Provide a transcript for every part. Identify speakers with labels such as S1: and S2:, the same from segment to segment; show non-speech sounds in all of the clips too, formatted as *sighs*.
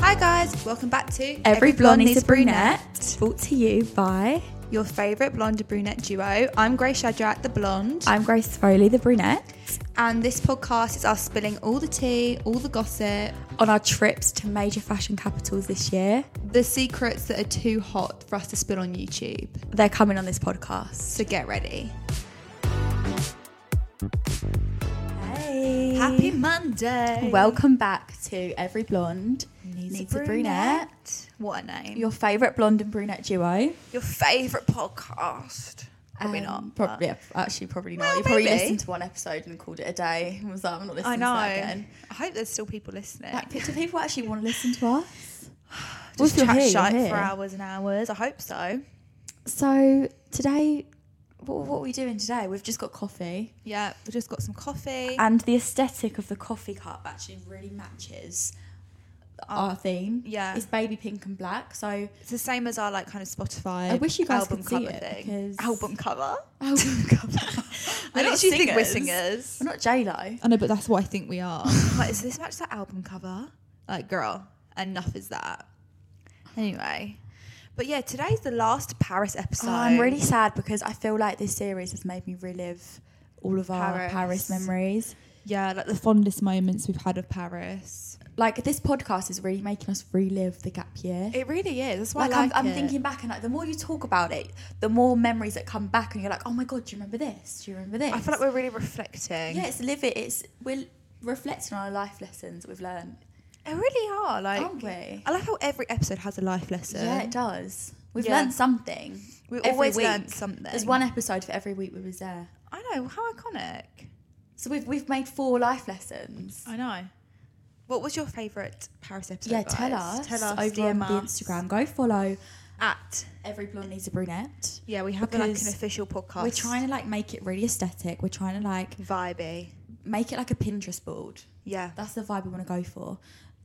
S1: Hi guys, welcome back to
S2: Every blonde needs a brunette. Brought to you by
S1: your favourite blonde and brunette duo. I'm Grace Shadrach, the blonde,
S2: I'm Grace Foley, the brunette.
S1: and this podcast is us spilling all the tea, all the gossip,
S2: On our trips to major fashion capitals this year,
S1: the secrets that are too hot for us to spill on YouTube.
S2: they're coming on this podcast.
S1: So get ready.
S2: Hey,
S1: Happy Monday.
S2: Welcome back to Every Blonde Needs,
S1: It's
S2: a brunette.
S1: What a name. Your,
S2: Your favourite blonde and brunette duo?
S1: favourite podcast. Probably
S2: Um,
S1: not.
S2: Probably, yeah, actually, probably not.
S1: Well,
S2: you probably
S1: maybe.
S2: listened to one episode and called it a day. *laughs* and was like, I'm not listening
S1: I know.
S2: to that again.
S1: I hope there's still people listening.
S2: Like, do people actually want to listen to *sighs* us?
S1: Just
S2: you're
S1: chat
S2: here, you're
S1: shite
S2: here.
S1: for hours and hours. I hope so.
S2: So today, what, what are we doing today? We've just got coffee.
S1: Yeah, we just got some coffee.
S2: and the aesthetic of the coffee cup actually really matches our theme.
S1: Oh, Yeah.
S2: it's baby pink and black. So
S1: It's the same as our like kind of Spotify.
S2: I wish you guys
S1: album
S2: could see
S1: cover
S2: it,
S1: thing.
S2: because-
S1: *laughs* Album cover.
S2: album cover.
S1: I literally think we're singers.
S2: We're not J Lo.
S1: I know, but that's what I think we are. like, does this match that album cover? Like, girl, enough is that. Anyway, but yeah, today's the last Paris episode.
S2: Oh, I'm really sad because I feel like this series has made me relive all of our
S1: Paris.
S2: Paris, memories.
S1: yeah, like the fondest moments we've had of Paris.
S2: Like this podcast is really making us relive the gap year.
S1: It really is. That's why
S2: like,
S1: I like
S2: I'm, I'm
S1: it.
S2: thinking back and like the more you talk about it, the more memories that come back and you're like, oh my god, do you remember this? Do you remember this?
S1: I feel like we're really reflecting.
S2: yeah, it's live it. It's we're reflecting on our life lessons we've learned
S1: I really are. Like,
S2: Aren't we?
S1: I like how every episode has a life lesson.
S2: Yeah, it does. We've
S1: Yeah.
S2: learned something.
S1: We
S2: every
S1: always
S2: week.
S1: learn something.
S2: There's one episode for every week we was there.
S1: I know how iconic.
S2: So we've we've made four life lessons.
S1: I know. What was your favourite Paris episode?
S2: Yeah,
S1: guys?
S2: tell us.
S1: Tell us.
S2: over on
S1: DM
S2: the
S1: us.
S2: Instagram. Go follow
S1: At.
S2: Every Blonde Needs a Brunette.
S1: Yeah, we have like an
S2: Because
S1: official podcast.
S2: We're trying to like make it really aesthetic. We're trying to like
S1: vibey.
S2: make it like a Pinterest board.
S1: Yeah.
S2: That's the vibe we want to go for.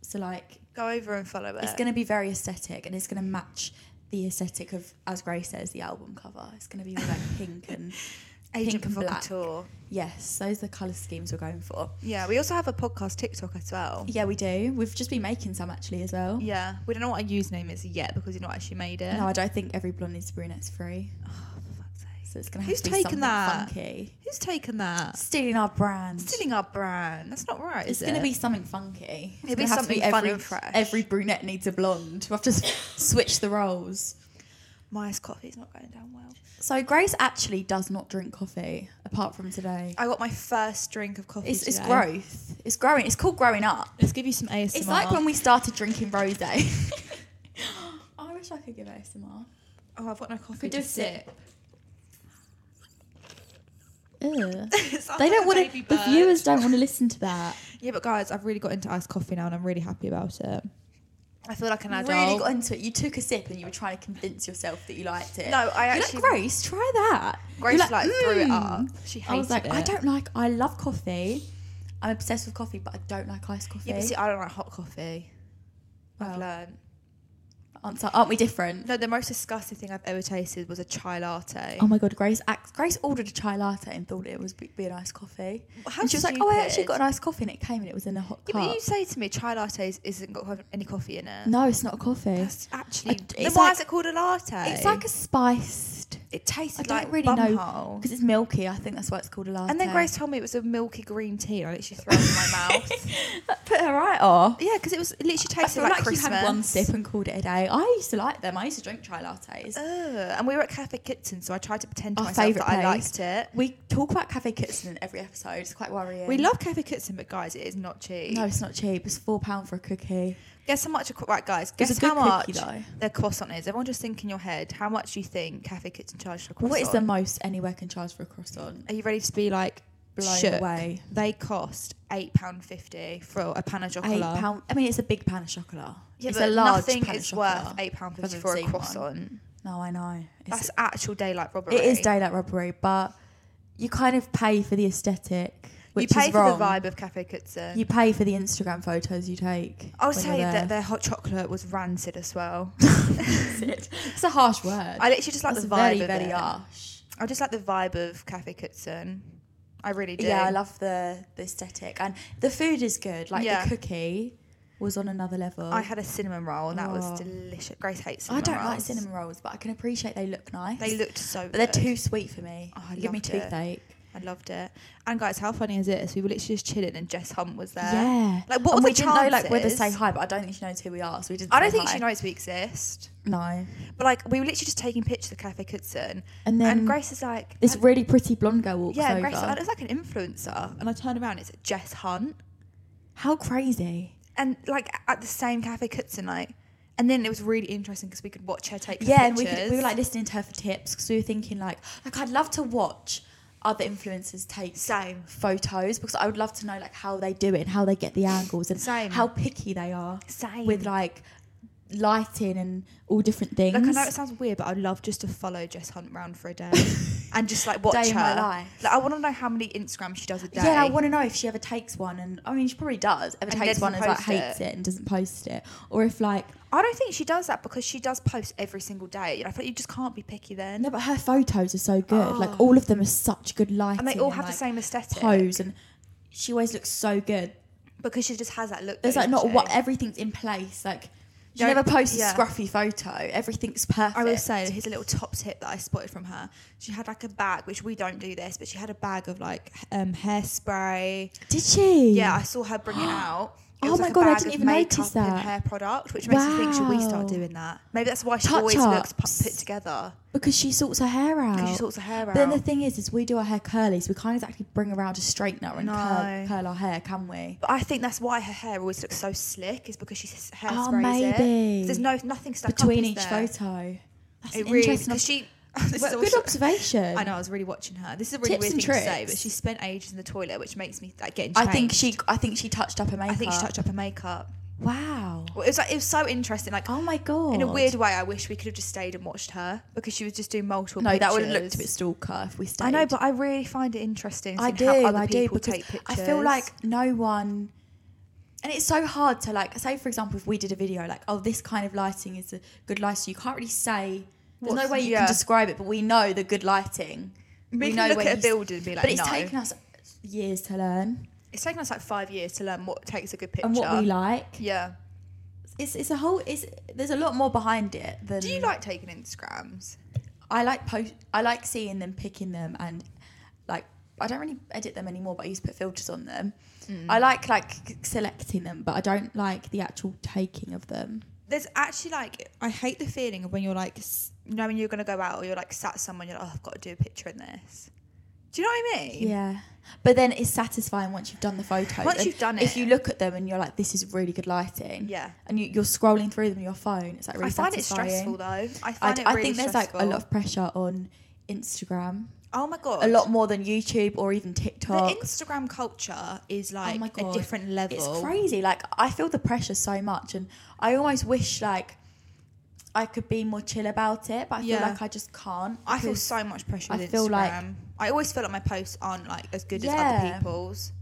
S2: So like
S1: Go over and follow it.
S2: it's gonna be very aesthetic and it's gonna match the aesthetic of, as Grace says, the album cover. It's gonna be all, like *laughs* pink and
S1: Agent
S2: pink and black.
S1: Provocateur.
S2: yes, those are the colour schemes we're going for.
S1: Yeah, we also have a podcast TikTok as well.
S2: Yeah, we do. We've just been making some actually as well.
S1: Yeah, we don't know what our username is yet because you've not actually made it.
S2: No, I don't think every blonde needs brunette's free. So it's gonna have
S1: Who's
S2: to be
S1: taken
S2: something
S1: that?
S2: funky.
S1: Who's taken that?
S2: Stealing our brand.
S1: Stealing our brand. That's not right.
S2: it's
S1: is
S2: gonna
S1: it?
S2: be something funky. It's
S1: It'll be
S2: gonna have to
S1: something fun
S2: every,
S1: and fresh.
S2: Every brunette needs a blonde. We have to *laughs* s- switch the roles.
S1: Maya's coffee's not going down well.
S2: So Grace actually does not drink coffee apart from today.
S1: I got my first drink of coffee.
S2: It's, it's
S1: today.
S2: growth. It's growing. It's called growing up.
S1: Let's give you some ASMR.
S2: It's like when we started drinking rosé. *laughs* I wish I could give ASMR.
S1: Oh, I've got no coffee.
S2: Could
S1: to
S2: just
S1: sip.
S2: sip. *laughs* Ugh.
S1: *laughs* It's like
S2: They
S1: a
S2: don't want
S1: baby
S2: to. The
S1: bird.
S2: viewers don't want to listen to that.
S1: Yeah, but guys, I've really got into iced coffee now, and I'm really happy about it. I feel like an adult.
S2: *laughs* Really got into it. You took a sip and you were trying to convince yourself that you liked it.
S1: No, I
S2: You're
S1: actually-
S2: Like, Grace, try that. You're
S1: Grace like, threw it up.
S2: "Mm."
S1: She hated
S2: I was like,
S1: it.
S2: I don't like. I love coffee. I'm obsessed with coffee, but I don't like iced coffee.
S1: Yeah, but see, I don't like hot coffee. I've
S2: Well,
S1: learned.
S2: Aren't, so- aren't we different?
S1: No, the most disgusting thing I've ever tasted was a chai latte.
S2: Oh my god, Grace! act- Grace ordered a chai latte and thought it was be, be an iced coffee.
S1: How
S2: and she was like, "Oh, I actually
S1: stupid.
S2: got an iced coffee, and it came and it was in a hot
S1: Yeah,
S2: cup."
S1: but you say to me, chai lattes isn't got co- any coffee in it.
S2: no, it's not a coffee.
S1: That's actually.
S2: I-
S1: then
S2: it's
S1: why
S2: like-
S1: is it called a latte?
S2: It's like a spiced.
S1: It
S2: I
S1: tasted
S2: don't
S1: like
S2: really know
S1: bumhole.
S2: because it's milky. I think that's why it's called a latte.
S1: And then Grace told me it was a milky green tea, and I literally threw it in
S2: *laughs*
S1: my mouth.
S2: That put her right off.
S1: Yeah, because it was it literally
S2: I
S1: tasted
S2: feel like,
S1: like, Christmas.
S2: you had one sip and called it a day. I used to like them. I used to drink chai lattes.
S1: Ugh, uh, and we were at Cafe Kitchen, so I tried to pretend to
S2: Our
S1: myself
S2: favourite
S1: that
S2: place.
S1: I liked it.
S2: We talk about Cafe Kitson in every episode. It's quite worrying.
S1: We love Cafe Kitchen, but guys, it is not cheap.
S2: No, it's not cheap. It's four pound for a cookie.
S1: Guess how much? A, cro- right, guys,
S2: It's
S1: guess
S2: a good
S1: how much
S2: cookie, though.
S1: their croissant is. Everyone just think in your head, how much do you think Cafe Kitchen charged for a croissant?
S2: What is the most anywhere can charge for a croissant?
S1: Are you ready to be like
S2: Blown
S1: shook?
S2: away.
S1: They cost eight pound fifty for a pan of chocolate.
S2: Eight pound. I mean, it's a big pan of chocolate.
S1: Yeah,
S2: it's
S1: but
S2: a large
S1: nothing
S2: pan of
S1: is
S2: chocolate.
S1: worth eight pound fifty
S2: I've
S1: for a
S2: seen one.
S1: croissant.
S2: No, I know. It's,
S1: That's actual daylight robbery.
S2: it is daylight robbery, but you kind of pay for the aesthetic, which
S1: you pay
S2: is
S1: for
S2: wrong.
S1: the vibe of Cafe Kitchen.
S2: You pay for the Instagram photos you take.
S1: I'll
S2: when
S1: say
S2: you're
S1: that
S2: there.
S1: their hot chocolate was rancid as
S2: *laughs*
S1: well.
S2: It's a harsh word.
S1: I literally just like
S2: That's
S1: the vibe
S2: Very,
S1: of
S2: very
S1: it.
S2: harsh.
S1: I just like the vibe of Cafe Kitchen. I really do.
S2: Yeah, I love the the aesthetic and the food is good. Like
S1: Yeah.
S2: the cookie was on another level.
S1: I had a cinnamon roll and that
S2: Oh.
S1: was delicious. Grace hates
S2: I
S1: cinnamon
S2: don't like
S1: rolls.
S2: cinnamon rolls, but I can appreciate they look nice.
S1: They looked so
S2: but they're
S1: good.
S2: too sweet for me.
S1: Oh, I
S2: They give me
S1: loved it.
S2: toothache.
S1: I loved it. And guys, how funny is this? We were literally just chilling and Jess Hunt was there.
S2: Yeah.
S1: Like what
S2: and
S1: were
S2: we
S1: the
S2: didn't know like whether to say
S1: chances?
S2: hi, but I don't think she knows who we are, so we didn't.
S1: I don't
S2: say
S1: think
S2: hi.
S1: she knows we exist.
S2: No.
S1: But like we were literally just taking pictures of Cafe Kitchen.
S2: And then
S1: and Grace is like
S2: this
S1: I-
S2: really pretty blonde girl walks
S1: Yeah,
S2: over.
S1: Grace I was like an influencer. And I turned around, it's Jess Hunt.
S2: How crazy!
S1: And like at the same Cafe Kitchen, like and then it was really interesting because we could watch her take her
S2: Yeah, and we,
S1: pictures.
S2: could, we were like listening to her for tips because we were thinking like, like I'd love to watch other influencers take
S1: Same.
S2: photos because I would love to know like how they do it and how they get the angles and
S1: Same.
S2: how picky they are
S1: Same.
S2: with like lighting and all different things.
S1: Like I know it sounds weird, but I'd love just to follow Jess Hunt round for a *laughs* day and just like watch
S2: Day in
S1: her.
S2: my life.
S1: Like I want to know how many Instagrams she does a day.
S2: Yeah, I want to know if she ever takes one, and I mean, she probably does. Ever
S1: And
S2: takes
S1: doesn't
S2: one and like
S1: post
S2: hates
S1: it.
S2: it and doesn't post it, or if like
S1: I don't think she does that because she does post every single day. I feel like you just can't be picky then.
S2: no, but her photos are so good. Like all of them are such good lighting,
S1: Oh. all have the
S2: like,
S1: same aesthetic.
S2: pose, and she always looks so good.
S1: because she just has that look.
S2: There's
S1: though,
S2: like
S1: doesn't
S2: not
S1: she?
S2: what everything's in place. Like she
S1: Don't-
S2: never posts
S1: yeah.
S2: a scruffy photo. Everything's perfect.
S1: I will say, here's a little top tip that I spotted from her. She had like a bag, which we don't do this, but she had a bag of like h- um, hairspray.
S2: Did she?
S1: Yeah, I saw her bring
S2: *gasps*
S1: it out. It
S2: Oh
S1: was,
S2: my
S1: like, a
S2: God, I
S1: bag
S2: didn't
S1: of
S2: even
S1: makeup
S2: notice
S1: and
S2: that.
S1: hair product, which makes me think should we start
S2: Wow.
S1: doing that? Maybe that's why she
S2: Touch
S1: always looks
S2: ups.
S1: pu- put together.
S2: because she sorts her hair out.
S1: she sorts her hair
S2: But then the
S1: out.
S2: thing is, is we do our hair curly, so we can't exactly bring around a straightener and curl,
S1: No.
S2: curl our hair, can we?
S1: But I think that's why her hair always looks so slick, is because she s- hairsprays
S2: Oh,
S1: it.
S2: maybe.
S1: There's no nothing stuck
S2: between
S1: up, is
S2: each
S1: there?
S2: photo. That's
S1: It
S2: an
S1: really
S2: interesting.
S1: because
S2: She,
S1: she. *laughs* this is
S2: good
S1: also-
S2: observation.
S1: I know. I was really watching her. This is a really
S2: Tips
S1: weird
S2: and
S1: thing to say,
S2: tricks.
S1: but she spent ages in the toilet, which makes me like getting.
S2: I think she.
S1: changed.
S2: I think she touched up her makeup.
S1: I think she touched up her makeup.
S2: Wow.
S1: Well, it was like it was so interesting. Like
S2: Oh my god.
S1: in a weird way, I wish we could have just stayed and watched her because she was just doing multiple.
S2: No, that would have looked
S1: pictures.
S2: a bit stalker if we stayed.
S1: I know, but I really find it interesting.
S2: I
S1: seeing
S2: do.
S1: How other
S2: I do
S1: people
S2: because
S1: take
S2: I
S1: pictures.
S2: feel like no one. And it's so hard to like say, for example, if we did a video like, oh, this kind of lighting is a good lighting. You can't really say. There's
S1: What's-
S2: no way you
S1: yeah.
S2: can describe it, but we know the good lighting.
S1: we, can look
S2: when
S1: at a
S2: you-
S1: building and be like,
S2: but it's
S1: no.
S2: taken us years to learn
S1: it's taken us like five years to learn what takes a good picture
S2: and what we like.
S1: Yeah.
S2: It's it's a whole. It's there's a lot more behind it than.
S1: Do you like taking Instagrams?
S2: I like post. I like seeing them, picking them, and like I don't really edit them anymore. But I used to put filters on them.
S1: Mm.
S2: I like like c- selecting them, but I don't like the actual taking of them.
S1: There's actually like I hate the feeling of when you're like s- you know when you're gonna go out or you're like sat somewhere and you're like oh I've got to do a picture in this. Do you know what I mean?
S2: Yeah, but then it's satisfying once you've done the photos.
S1: Once
S2: And
S1: you've done
S2: if
S1: it.
S2: you look at them and you're like, "This is really good lighting,"
S1: Yeah.
S2: and you, you're scrolling through them on your phone, it's like really
S1: I find it
S2: satisfying.
S1: stressful though. I find
S2: I,
S1: it
S2: d-
S1: really
S2: I think there's
S1: stressful.
S2: like a lot of pressure on Instagram,
S1: oh my god
S2: a lot more than YouTube or even
S1: The
S2: TikTok.
S1: Instagram culture is like
S2: oh my god,
S1: a different level.
S2: It's crazy. Like I feel the pressure so much, and I almost wish like I could be more chill about it, but I feel
S1: Yeah.
S2: like I just can't.
S1: I feel
S2: because
S1: so much pressure.
S2: I
S1: With
S2: feel like-
S1: Instagram. I always feel like my posts aren't like as good as
S2: Yeah.
S1: other people's.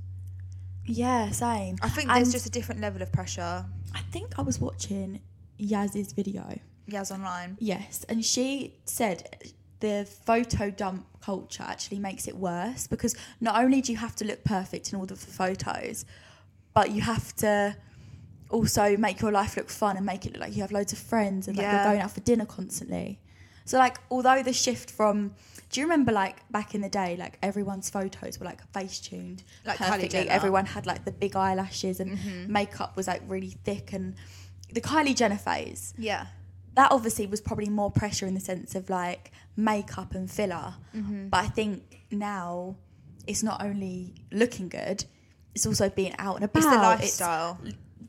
S2: yeah, same.
S1: I think
S2: And
S1: there's just a different level of pressure.
S2: I think I was watching Yaz's video.
S1: Yaz online.
S2: Yes, and she said the photo dump culture actually makes it worse because not only do you have to look perfect in order for photos, but you have to also make your life look fun and make it look like you have loads of friends and like
S1: Yeah.
S2: you're going out for dinner constantly. So like although the shift from do you remember like back in the day like everyone's photos were like face tuned
S1: Like Kylie
S2: perfectly
S1: Jenner. Mm-hmm.
S2: everyone had like the big eyelashes and makeup was like really thick and the Kylie Jenner phase
S1: Yeah.
S2: that obviously was probably more pressure in the sense of like makeup and filler. But I think now it's not only looking good, it's also being out and about.
S1: It's the lifestyle.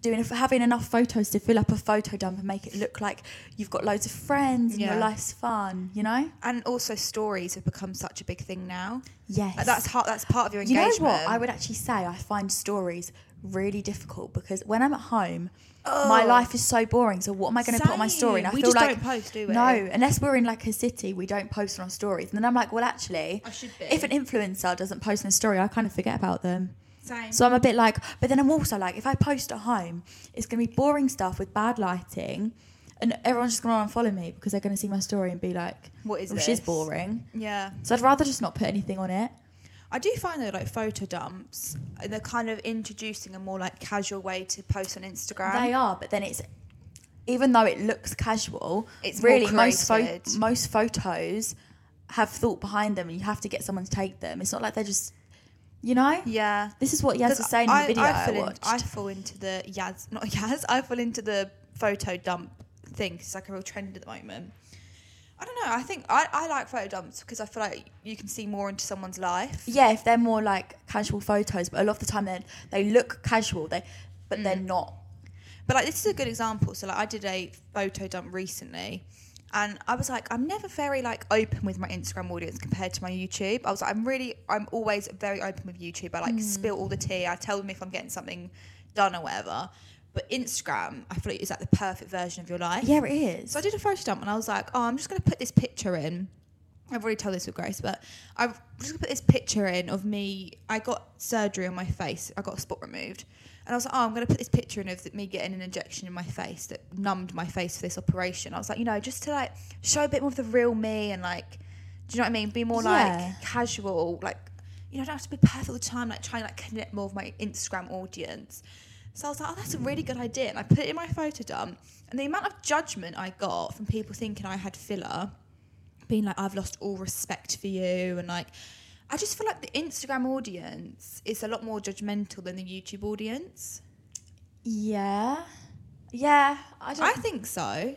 S2: doing having enough photos to fill up a photo dump and make it look like you've got loads of friends and
S1: Yeah.
S2: your life's fun, you know?
S1: and also stories have become such a big thing now.
S2: Yes.
S1: Like that's part that's part of your
S2: you know
S1: engagement.
S2: what? I would actually say I find stories really difficult because when I'm at home, my life is so boring. So what am I going to put on my story? And I
S1: Oh. Same. We
S2: feel
S1: just
S2: like
S1: don't post, do we?
S2: no, unless we're in like a city, we don't post on our stories. And then I'm like, well, actually,
S1: I should be.
S2: if an influencer doesn't post on a story, I kind of forget about them.
S1: Same.
S2: So I'm a bit like, but then I'm also like, if I post at home, it's going to be boring stuff with bad lighting. And everyone's just going to unfollow me because they're going to see my story and be like,
S1: What is
S2: well, She's
S1: this?
S2: boring.
S1: yeah.
S2: So I'd rather just not put anything on it.
S1: I do find though like photo dumps they're kind of introducing a more like casual way to post on Instagram.
S2: They are, but then it's even though it looks casual,
S1: It's
S2: it's
S1: more
S2: really most pho-
S1: created.
S2: most photos have thought behind them, and you have to get someone to take them. It's not like they're just, you know.
S1: Yeah.
S2: This is what Yaz was saying in the video I,
S1: fall in-
S2: watched.
S1: I fall into the Yaz, not Yaz. I fall into the photo dump thing. 'cause It's like a real trend at the moment. I don't know. I think I, I like photo dumps because I feel like you can see more into someone's life.
S2: yeah, if they're more like casual photos, but a lot of the time they they look casual, they but
S1: Mm.
S2: they're not.
S1: But like this is a good example. So like I did a photo dump recently and I was like, I'm never very like open with my Instagram audience compared to my YouTube. I was like, I'm really I'm always very open with YouTube. I like
S2: Hmm.
S1: spill all the tea. I tell them if I'm getting something done or whatever. But Instagram, I feel like is like the perfect version of your life.
S2: Yeah, it is.
S1: So I did a photo dump and I was like, oh, I'm just going to put this picture in. I've already told this with Grace, but I'm just going to put this picture in of me. I got surgery on my face. I got a spot removed. And I was like, oh, I'm going to put this picture in of me getting an injection in my face that numbed my face for this operation. I was like, you know, just to like show a bit more of the real me and like, do you know what I mean? Be more
S2: Yeah.
S1: like casual, like, you know, I don't have to be perfect all the time, like trying to like connect more with my Instagram audience. So I was like, oh, that's a really good idea. And I put it in my photo dump. And the amount of judgment I got from people thinking I had filler, being like, I've lost all respect for you. And like, I just feel like the Instagram audience is a lot more judgmental than the YouTube audience.
S2: yeah, yeah. I don't.
S1: I think so.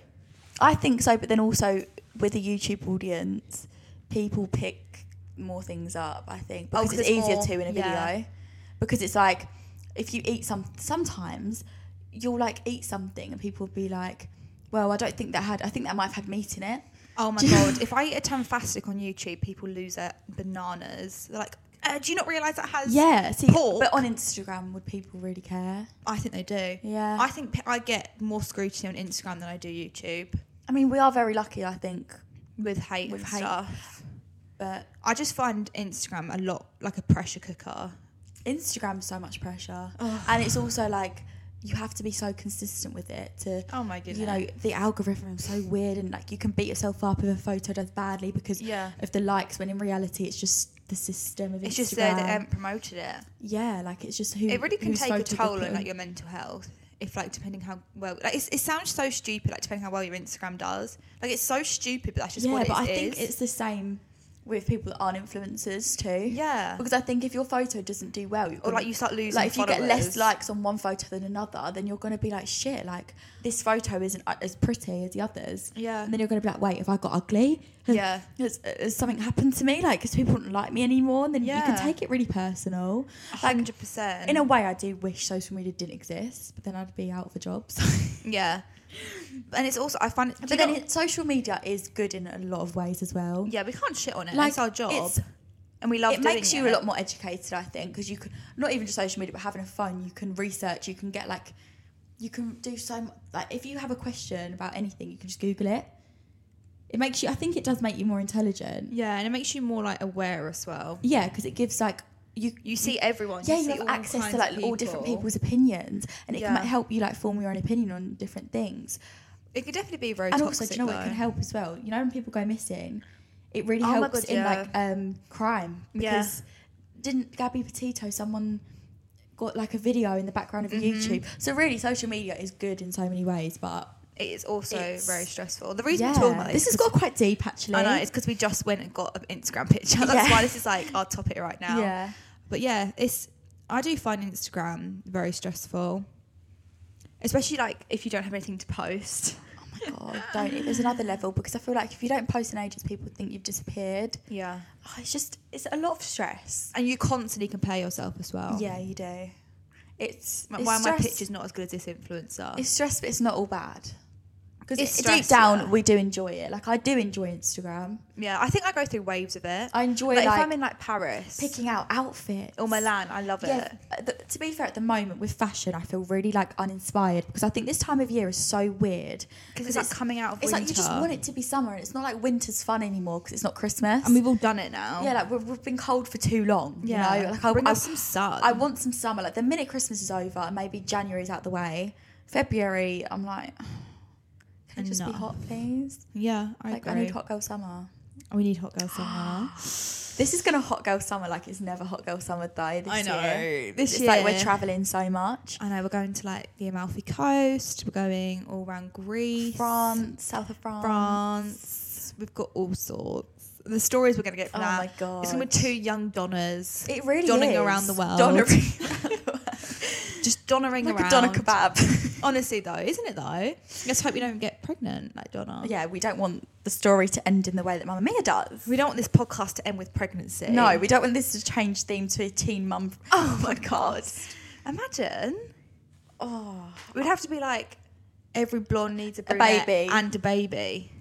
S2: I think so, but then also with a YouTube audience, people pick more things up. I think
S1: Oh,
S2: because
S1: 'cause
S2: it's,
S1: it's
S2: easier
S1: more-
S2: to in a
S1: yeah.
S2: video because it's like if you eat some sometimes you'll like eat something and people will be like, "Well, I don't think that had. I think that might have had meat in it."
S1: Oh
S2: *laughs*
S1: my God. If I eat a tanfastic on YouTube, people lose their bananas. They're like, uh, do you not realise that has.
S2: Yeah, see,
S1: pork?
S2: but on Instagram, would people really care?
S1: I think they do.
S2: Yeah.
S1: I think p- I get more scrutiny on Instagram than I do YouTube
S2: I mean, we are very lucky, I think,
S1: with hate
S2: With
S1: and
S2: hate.
S1: stuff.
S2: but
S1: I just find Instagram a lot like a pressure cooker.
S2: Instagram's so much pressure, and it's also like you have to be so consistent with it to.
S1: Oh my
S2: You know the algorithm is so weird, and like you can beat yourself up if a photo does badly because
S1: Yeah.
S2: of the likes. When in reality, it's just the system of
S1: it's
S2: Instagram.
S1: just there that um, promoted it.
S2: yeah, like it's just who
S1: It really can
S2: whose
S1: take a
S2: photo they
S1: toll
S2: put
S1: on like your mental health. If like depending how well, like it's, it sounds so stupid. Like depending how well your Instagram does, like it's so stupid, but that's just
S2: yeah,
S1: what it
S2: but I
S1: is.
S2: think it's the same with people that aren't influencers too.
S1: Yeah.
S2: because I think if your photo doesn't do well, you're
S1: or
S2: gonna-
S1: like you start losing.
S2: like if you get less
S1: followers.
S2: likes on one photo than another, then you're gonna be like shit. Like this photo isn't uh, as pretty as the others.
S1: Yeah.
S2: and then you're gonna be like, wait, if I got ugly, Has-
S1: Yeah.
S2: has, has something happened to me? Like, because people don't like me anymore, and then you
S1: Yeah.
S2: can take it really personal. Like,
S1: hundred percent.
S2: in a way, I do wish social media didn't exist, but then I'd be out of a job. *laughs* So.
S1: yeah, and it's also I find.
S2: but then it, social media is good in a lot of ways as well.
S1: yeah, we can't shit on it.
S2: Like,
S1: it's our job,
S2: it's-
S1: and we love.
S2: it makes
S1: doing
S2: you
S1: it.
S2: a lot more educated, I think, because you can not even just social media, but having a phone, you can research, you can get like, you can do so much. Like, if you have a question about anything, you can just Google it. It makes you. I think it does make you more intelligent.
S1: Yeah, and it makes you more like aware as well.
S2: Yeah, because it gives like you.
S1: You see everyone.
S2: Yeah,
S1: see
S2: you have
S1: all
S2: access
S1: kinds
S2: to
S1: of
S2: like all different
S1: people.
S2: people's opinions, and it
S1: Yeah.
S2: can like, help you like form your own opinion on different things.
S1: It could definitely be very
S2: and
S1: toxic.
S2: also, do you know what
S1: though.
S2: it can help as well? You know, when people go missing, it really
S1: Oh my
S2: helps
S1: God,
S2: in
S1: yeah.
S2: like um, crime.
S1: Yeah.
S2: Because didn't Gabby Petito, someone got like a video in the background of a
S1: Mm-hmm.
S2: YouTube? So, really, social media is good in so many ways, but
S1: It is also
S2: It's-
S1: very stressful. The reason
S2: yeah,
S1: we're talking about
S2: this
S1: is
S2: has got quite deep actually.
S1: I know it's because we just went and got an Instagram picture. *laughs* That's
S2: Yeah.
S1: why this is like our topic right now.
S2: yeah.
S1: But yeah, it's I do find Instagram very stressful. Especially like if you don't have anything to post.
S2: Oh my god, don't. It- There's another level because I feel like if you don't post in ages, people think you've disappeared.
S1: Yeah.
S2: Oh, it's just it's a lot of stress.
S1: And you constantly compare yourself as well.
S2: Yeah, you do. It's,
S1: Like,
S2: it's
S1: why are my
S2: stress-
S1: pictures not as good as this influencer?
S2: It's stress, but it's not all bad. Because
S1: It's
S2: deep
S1: stress,
S2: down,
S1: yeah.
S2: we do enjoy it. Like I do enjoy Instagram.
S1: yeah, I think I go through waves of it.
S2: I enjoy
S1: like,
S2: like,
S1: if I'm in like Paris
S2: picking out outfits.
S1: or Milan, Oh, I love it.
S2: Yeah. uh, th- to be fair, at the moment with fashion, I feel really like uninspired because I think this time of year is so weird.
S1: Because it's like coming out of
S2: It's like you just
S1: winter.
S2: want it to be summer, and it's not like winter's fun anymore because it's not Christmas.
S1: And we've all done it now.
S2: yeah, like we've, we've been cold for too long. Yeah, you
S1: Yeah.
S2: know? like I,
S1: Bring
S2: I,
S1: us some sun.
S2: I want some summer. Like the minute Christmas is over, and maybe January's out the way, February, I'm like, *sighs* can it just be
S1: Enough.
S2: hot, please?
S1: Yeah, I
S2: like
S1: agree.
S2: I need hot girl summer.
S1: We need hot girl *gasps*
S2: *gasps*
S1: summer.
S2: This is gonna hot girl summer. Like it's never hot girl summer though. This
S1: I know.
S2: Year.
S1: This
S2: it's like we're
S1: year-
S2: traveling so much.
S1: I know we're going to like the Amalfi Coast. We're going all around Greece,
S2: France, south of France.
S1: France. We've got all sorts. The stories we're going to get from
S2: Oh
S1: that.
S2: my God.
S1: It's going to be two young donnas.
S2: It really
S1: donning
S2: is.
S1: around the world.
S2: *laughs* Donnering.
S1: *laughs* just donnering
S2: like
S1: around.
S2: a doner kebab. *laughs*
S1: Honestly, though, isn't it though? Let's hope we don't get pregnant, like Donna.
S2: yeah, we don't want the story to end in the way that Mamma Mia does.
S1: We don't want this podcast to end with pregnancy.
S2: No, we don't want this to change theme to a teen mum.
S1: Oh my god! Imagine. Oh, we'd have to be like every blonde needs a, brunette
S2: baby.
S1: and a baby.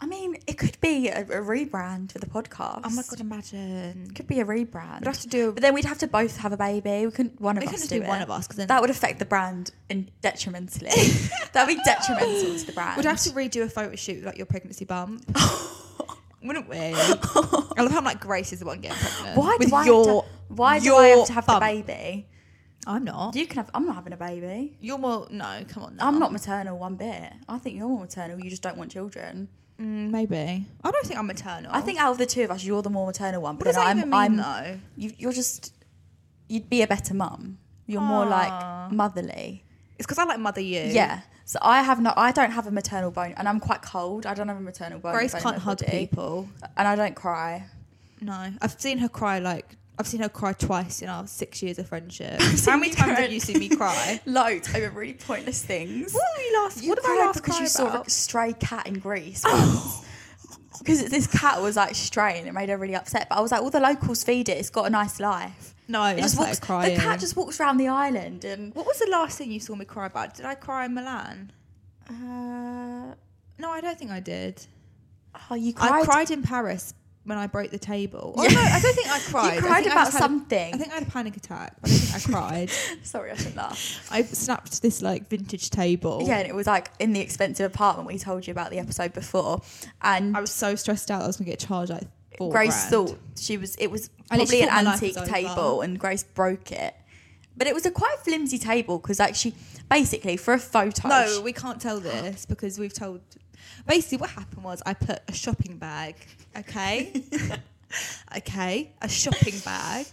S2: I mean, it could be a, a rebrand for the podcast.
S1: Oh my god! Imagine.
S2: It could be a rebrand.
S1: We'd have to do a-
S2: but then we'd have to both have a baby. We couldn't one of
S1: We
S2: us
S1: couldn't just
S2: do
S1: do one
S2: it.
S1: of us, 'cause then-
S2: that would affect the brand and detrimentally.
S1: *laughs*
S2: That'd be detrimental to the brand.
S1: We'd have to redo a photo shoot with, like your pregnancy *laughs* bump. Wouldn't *laughs* we? I love how I'm like Grace is the one getting pregnant.
S2: why
S1: with
S2: do I
S1: your
S2: have to, why do
S1: your
S2: I have to have
S1: bump.
S2: the baby?
S1: I'm not.
S2: You can have. I'm not having a baby.
S1: You're more no, come on. Now.
S2: I'm not maternal one bit. I think you're more maternal. You just don't want children.
S1: Mm, Maybe. I don't think I'm maternal.
S2: I think out of the two of us, you're the more maternal one. But
S1: What does
S2: then
S1: that
S2: I'm,
S1: even
S2: I'm
S1: mean though?
S2: You, you're just. You'd be a better mum. You're more
S1: Ah.
S2: like motherly.
S1: It's because I like mother you.
S2: Yeah. So I have no. I don't have a maternal bone, and I'm quite cold. I don't have a maternal bone.
S1: Grace
S2: bone in
S1: can't
S2: my
S1: hug
S2: body.
S1: people.
S2: and I don't cry.
S1: No, I've seen her cry like. I've seen her cry twice in our six years of *laughs* friendship. How many times have you seen me cry?
S2: Loads over really pointless
S1: *laughs*
S2: things.
S1: What were you last?
S2: You
S1: what did I
S2: cried
S1: last
S2: because
S1: cry
S2: you saw
S1: about? Oh.
S2: a stray cat in Greece. *laughs* once. Because this cat was like stray and it made her really upset. But I was like, all the locals feed it. It's got a nice life.
S1: No,
S2: it
S1: I
S2: just
S1: started
S2: walks.
S1: crying.
S2: The cat just walks around the island and.
S1: What was the last thing you saw me cry about? Did I cry in Milan?
S2: Uh,
S1: No, I don't think I did.
S2: oh, you cried.
S1: I
S2: *laughs*
S1: cried in Paris when I broke the table. Oh,
S2: Yeah.
S1: no, I don't
S2: *laughs*
S1: think I cried. I
S2: cried
S1: think I
S2: about
S1: just had a-
S2: something.
S1: I think I had a panic attack. I don't think I
S2: *laughs*
S1: cried.
S2: Sorry, I shouldn't laugh.
S1: I snapped this like vintage table.
S2: Yeah, and it was like in the expensive apartment we told you about the episode before, and
S1: I was so stressed out. that I was gonna get charged like four
S2: Grace
S1: grand.
S2: thought she was. It was
S1: I literally
S2: probably an
S1: thought my life was
S2: antique
S1: over.
S2: table, and Grace broke it. But it was a quite flimsy table because, like, she basically for a photo.
S1: No,
S2: she-
S1: we can't tell this because we've told. Basically, what happened was I put a shopping bag, *laughs* okay, okay, a shopping bag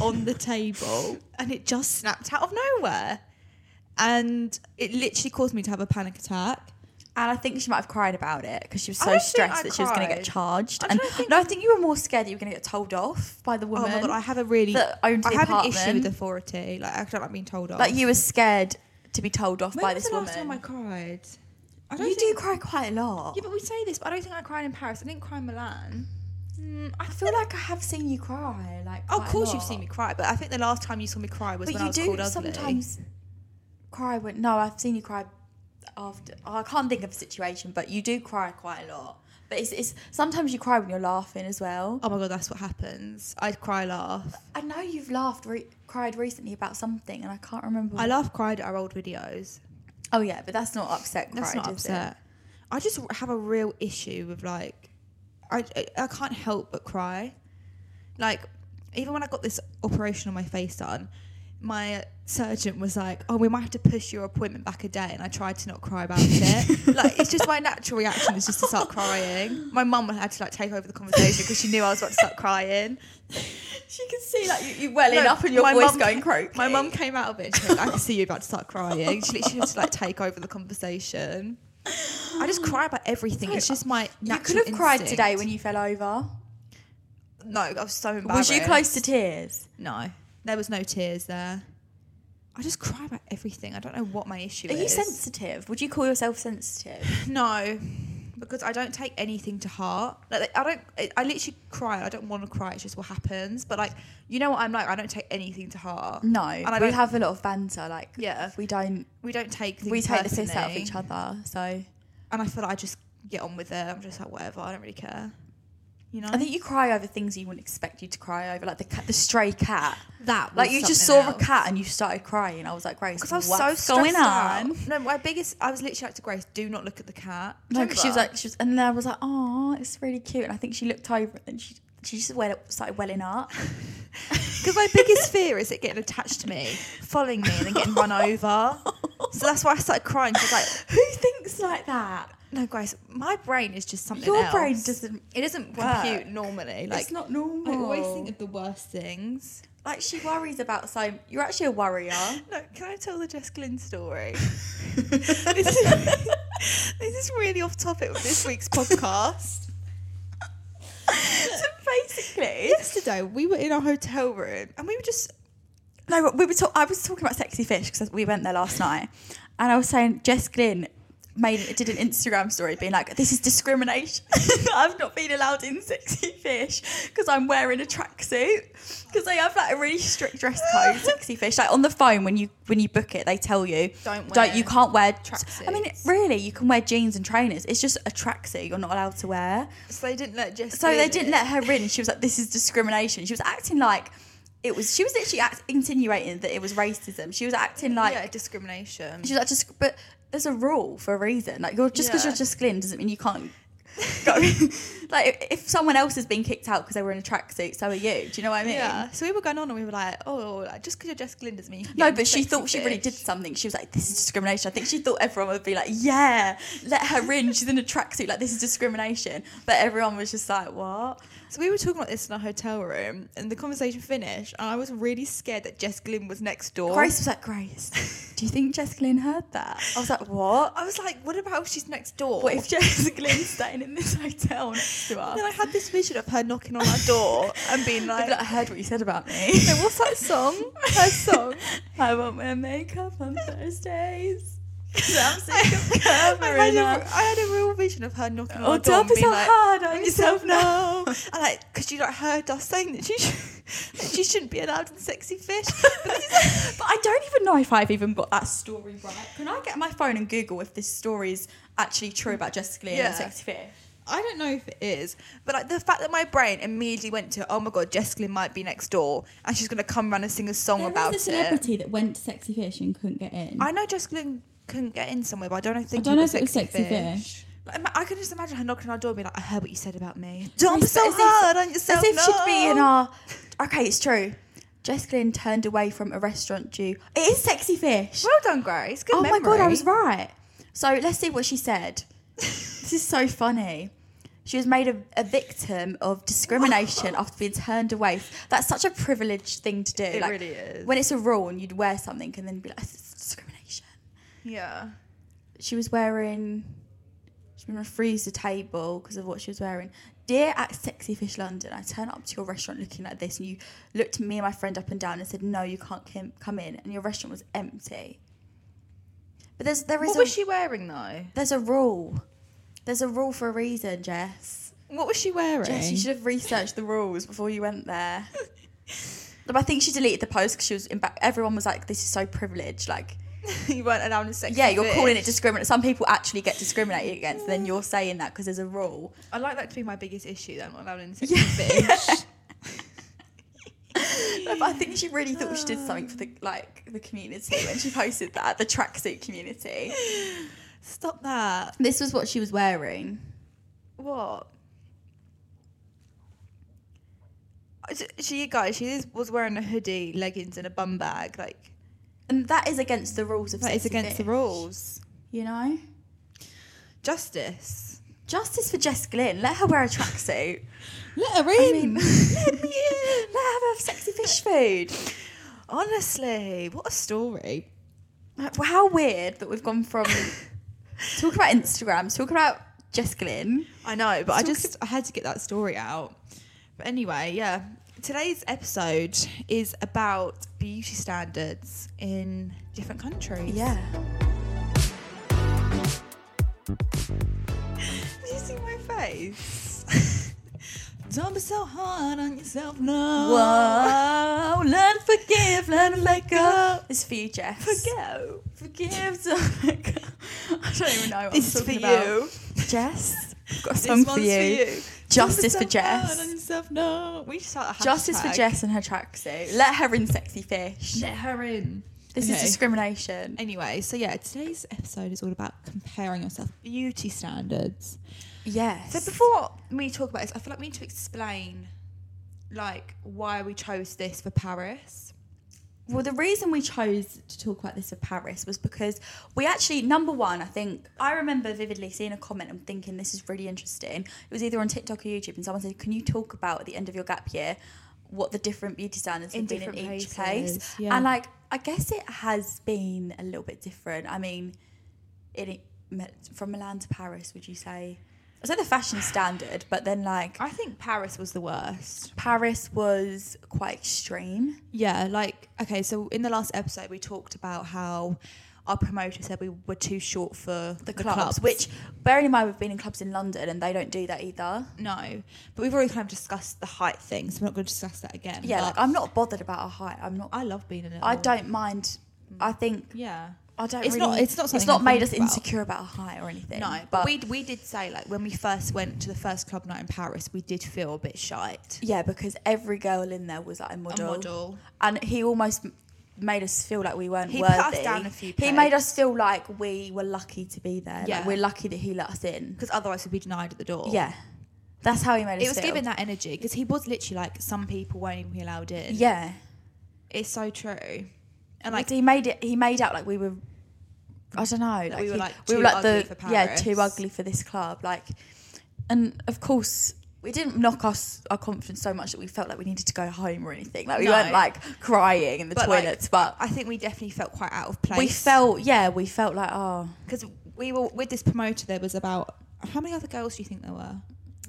S1: on the table, and it just snapped out of nowhere, and it literally caused me to have a panic attack.
S2: and I think she might have cried about it because she was
S1: I
S2: so
S1: don't think I
S2: stressed that she was going to
S1: cried.
S2: get charged.
S1: I
S2: And
S1: don't think-
S2: no, I think you were more scared that you were going to get told off by the woman.
S1: Oh my god, I have a really
S2: that owned
S1: I
S2: the
S1: have
S2: apartment.
S1: an issue with authority. Like I don't like being told off.
S2: Like you were scared to be told off
S1: when
S2: by
S1: was
S2: this
S1: the
S2: woman.
S1: last time I cried? I
S2: you
S1: think-
S2: do cry quite a lot.
S1: Yeah, but we say this, but I don't think I cried in Paris. I didn't cry in Milan. Mm, I
S2: I feel like I have seen you cry. Like,
S1: Oh, of
S2: quite a
S1: course you've
S2: lot.
S1: seen me cry, but I think the last time you saw me cry was
S2: But
S1: when I
S2: you
S1: was
S2: do
S1: called ugly.
S2: sometimes cry when no, I've seen you cry after. Oh, I can't think of a situation, but you do cry quite a lot. But it's, it's sometimes you cry when you're laughing as well.
S1: Oh my god, that's what happens. I cry, laugh.
S2: I know you've laughed, re- cried recently about something, and I can't remember.
S1: I laugh, cried at our old videos.
S2: oh yeah, but that's not upset. Cried,
S1: That's not
S2: is it?
S1: upset. I just have a real issue with like, I I- I can't help but cry. Like, even when I got this operation on my face done, my surgeon was like, "Oh, we might have to push your appointment back a day," and I tried to not cry about *laughs* it. like it's just my natural reaction is just to start crying. My mum had to like take over the conversation because she knew I was about to start crying.
S2: She can see like you, you welling
S1: No,
S2: up and your
S1: my
S2: voice
S1: mum
S2: going
S1: ca-
S2: croaky.
S1: My mum came out of it. and She was like, I can see you about to start crying. She literally had to like take over the conversation. I just cry about everything. It's just my
S2: You
S1: natural
S2: could have cried
S1: instinct.
S2: today when you fell over.
S1: No, I was so embarrassed.
S2: Was you close to tears?
S1: No, there was no tears there. I just cry about everything. I don't know what my issue
S2: Are
S1: is.
S2: you sensitive? Would you call yourself sensitive?
S1: No, because I don't take anything to heart. Like I don't. I- I literally cry. I don't want to cry. It's just what happens. But like, you know what I'm like. I don't take anything to heart.
S2: No.
S1: and I
S2: we
S1: don't.
S2: have a lot of banter. Like
S1: Yeah.
S2: we don't.
S1: we don't take. Things
S2: We take the piss out of
S1: personally.
S2: each other. So I
S1: and I feel like I just get on with it. I'm just like whatever. I don't really care. You know.
S2: think you cry over things you wouldn't expect you to cry over, like the cat, the stray cat.
S1: that
S2: Like you just saw a cat and you started crying. I was like, Grace,
S1: because I was
S2: what's
S1: so
S2: going
S1: stressed out.
S2: on?
S1: No, my biggest. I was literally like to Grace, do not look at the cat. Do you
S2: No, 'cause she was
S1: remember?
S2: like, she was, and then I was like, oh, it's really cute. And I think she looked over and then she she just well, started welling up.
S1: Because my biggest fear is it getting attached to me, following me, and then getting run over. *laughs* So that's why I started crying. Because like,
S2: Who thinks like that?
S1: no, Grace, my brain is just something.
S2: *laughs* Your brain
S1: else.
S2: doesn't
S1: It doesn't
S2: work.
S1: compute normally. Like
S2: it's not normal.
S1: I always think of the worst things.
S2: like she worries about so you're actually a worrier.
S1: No, can I tell the Jess Glynn story? this, is, *laughs* this is really off topic with this week's podcast.
S2: so basically,
S1: Yesterday, we were in our hotel room and we were just.
S2: no, but we were talk- I was talking about sexy fish because we went there last night, and I was saying Jess Glynn made did an Instagram story being like, "This is discrimination. *laughs* I've not been allowed in sexy fish because I'm wearing a tracksuit because they have like a really strict dress
S1: *laughs*
S2: code. sexy fish, like on the phone when you when you book it, they tell you
S1: Don't wear
S2: you can't wear tracksuits. I mean,
S1: tracksuits.
S2: really, you can wear jeans and trainers. It's just a tracksuit you're not allowed to wear.
S1: So they didn't let Jess
S2: So they
S1: Glynn
S2: didn't
S1: in.
S2: let her in. She was like, "This is discrimination." She was acting like it was. She was literally act, insinuating that it was racism. She was acting like
S1: yeah, discrimination.
S2: she was like, "Just but there's a rule for a reason. Like you're just because
S1: Yeah.
S2: you're just slim doesn't mean you
S1: *laughs*
S2: can't." go. *laughs* like if someone else has been kicked out because they were in a tracksuit, so are you. Do you know what I mean?
S1: Yeah. So we were going on and we were like, oh, like, just because you're Jess Glynn doesn't mean. you can
S2: No,
S1: get
S2: but she
S1: sexy
S2: thought she really
S1: fish.
S2: did something. She was like, "This is discrimination." I think she thought everyone would be like, "Yeah, let her in. She's in a tracksuit. Like this is discrimination." But everyone was just like, "What?"
S1: So we were talking about this in our hotel room and the conversation finished and I was really scared that Jess Glynn was next door.
S2: Grace was like, Grace,
S1: *laughs*
S2: do you think Jessica Lynn heard that? I was like, what?
S1: I was like, what about if she's next door?
S2: What if Jessica Lynn's staying in this hotel next to us?
S1: And then I had this vision of her knocking on our door and being
S2: I'd
S1: like,
S2: be like, I heard what you said
S1: *laughs*
S2: about me.
S1: "No, what's that song? Her song.
S2: *laughs* I won't wear makeup on
S1: *laughs*
S2: Thursdays. 'Cause I'm sick of
S1: I, had
S2: covering
S1: a,
S2: up.
S1: I had a real vision of her knocking on
S2: *laughs* Oh,
S1: our door
S2: don't
S1: and
S2: be
S1: being
S2: so
S1: like,
S2: hard on
S1: "Don't
S2: yourself *laughs* now.
S1: And like, because you like heard us saying that she, sh- that she shouldn't be allowed in sexy fish. But this is-
S2: *laughs* but I don't even know if I've even got that story right. Can I get my phone and Google if this story is actually true about Jessica Lynn
S1: Yeah.
S2: and Sexy Fear?
S1: I don't know if it is, but like the fact that my brain immediately went to, oh my god, Jessica Lynn might be next door, and she's gonna come round and sing a song
S3: There
S1: about
S3: was a
S1: it.
S3: celebrity that went to Sexy Fish and couldn't get in.
S1: I know Jessica Lynn couldn't get in somewhere, but I don't know. Think
S3: I don't
S1: he
S3: know
S1: got
S3: if it was Sexy Fish.
S1: Like, ima- I can just imagine her knocking on our door, and being like, "I heard what you said about me. Don't be
S2: It's
S1: so
S2: as if-
S1: hard on yourself."
S2: As if she'd be in
S1: no."
S2: our. Okay, it's true. Jessica Lynn turned away from a restaurant due. It is sexy fish.
S1: Well done, Grace. Good
S2: oh
S1: memory.
S2: my god, I was right. So let's see what she said. this is so funny. She was made a, a victim of discrimination after being turned away. That's such a privileged thing to do.
S1: It really is.
S2: When it's a rule and you'd wear something and then be like, this is discrimination.
S1: Yeah.
S2: She was wearing. She was going to freeze the table because of what she was wearing. Dear at Sexy Fish London, I turn up to your restaurant looking like this, and you looked me and my friend up and down and said, "No, you can't kim- come in." And your restaurant was empty. But there's there is
S1: What
S2: a,
S1: was she wearing though?
S2: there's a rule. There's a rule for a reason, Jess.
S1: What was she wearing?
S2: Jess, you should have researched the rules before you went *laughs* there. but I think she deleted the post because she was. Imba- everyone was like, "This is so privileged." Like,
S1: you *laughs* weren't allowed in sexy.
S2: yeah, you're
S1: fish.
S2: calling it discriminate. Some people actually get discriminated against, and then you're saying that because there's a rule.
S1: I like that to be my biggest issue. That I'm not allowed in sexy *laughs* fish.
S2: No, but I think she really thought she did something for the like the community when she posted that the tracksuit community.
S1: Stop that.
S2: This was what she was wearing.
S1: What? I- she guys, she is, was wearing a hoodie, leggings, and a bum bag. Like
S2: and that is against the rules of
S1: that is
S2: Sexy
S1: against the
S2: Fish,
S1: rules.
S2: You know,
S1: Justice.
S2: justice for Jess Glynn. Let her wear a tracksuit.
S3: Let her
S2: I
S3: in.
S2: mean, let *laughs* me in. Let her have sexy fish
S1: *laughs*
S2: food.
S1: Honestly, what a story.
S2: Like, well, how weird that we've gone from talk about Instagram, talk about Jess Glynn.
S1: I know, but I just I had to get that story out. But anyway, yeah. Today's episode is about beauty standards in different countries.
S2: Yeah.
S1: Did you see my face? *laughs* Don't be so hard on yourself, no.
S2: Whoa.
S1: Learn to forgive, learn to let go.
S2: It's for you, Jess.
S1: Forgo.
S2: Forgive. Zomika. I don't even know what
S1: This is for
S2: I'm talking about.
S1: you.
S2: Jess. I've got a
S1: This
S2: song for
S1: one's
S2: you. Justice
S1: Don't
S2: for
S1: be so hard on
S2: Jess.
S1: yourself, no. We should start a
S2: Justice for
S1: hashtag.
S2: Jess and her tracksuit. Let her in sexy fish.
S1: Let her in.
S2: This is
S1: Okay.
S2: discrimination.
S1: Anyway, so yeah, today's episode is all about comparing yourself beauty standards.
S2: Yes.
S1: So before we talk about this, I feel like we need to explain like why we chose this for Paris.
S2: Well, the reason we chose to talk about this for Paris was because we actually, number one, I think, I remember vividly seeing a comment and thinking this is really interesting. It was either on TikTok or YouTube, and someone said, Can you talk about at the end of your gap year what the different beauty standards
S1: In
S2: have been in
S1: different
S2: each
S1: places,
S2: place?
S1: yeah.
S2: And like, I guess it has been a little bit different. I mean, it, from Milan to Paris, would you say? I said the fashion standard, but then like
S1: I think Paris was the worst.
S2: Paris was quite extreme.
S1: Yeah, like okay, so in the last episode we talked about how our promoter said we were too short for
S2: the clubs, which bearing in mind we've been in clubs in London and they don't do that either.
S1: no, but we've already kind of discussed the height thing, so we're not going to discuss that again.
S2: Yeah,
S1: but
S2: like I'm not bothered about a height. I'm not. I,
S1: I love being in it. all.
S2: don't mind. I think
S1: Yeah.
S2: I don't.
S1: It's
S2: really-
S1: not- it's not
S2: It's
S1: something
S2: not
S1: I
S2: made
S1: think
S2: us
S1: about.
S2: insecure about a height or anything.
S1: No, but, we we did say like when we first went to the first club night in Paris, we did feel a bit shite.
S2: yeah, because every girl in there was like a model,
S1: model.
S2: and he almost m- made us feel like we weren't
S1: He put
S2: worthy.
S1: us down a few
S2: he made
S1: pegs.
S2: us feel like we were lucky to be there. Yeah,
S1: Yeah.
S2: we're lucky that he let us in.
S1: because otherwise we'd be denied at the door.
S2: Yeah, that's how he made us.
S1: It was
S2: feel.
S1: giving that energy because he was literally like, some people won't even be allowed in.
S2: Yeah,
S1: It's so true. And
S2: like
S1: like,
S2: he made it he made out like we were I don't know like
S1: we were,
S2: he-
S1: like,
S2: we were
S1: too
S2: like
S1: ugly
S2: the
S1: for
S2: yeah too
S1: Paris.
S2: ugly for this club like and of course we didn't knock us our confidence so much that we felt like we needed to go home or anything like we
S1: No.
S2: weren't like crying in the
S1: but, like,
S2: toilets but
S1: I think we definitely felt quite out of place.
S2: we felt yeah we felt like oh
S1: because we were with this promoter. There was about how many other girls do you think there were?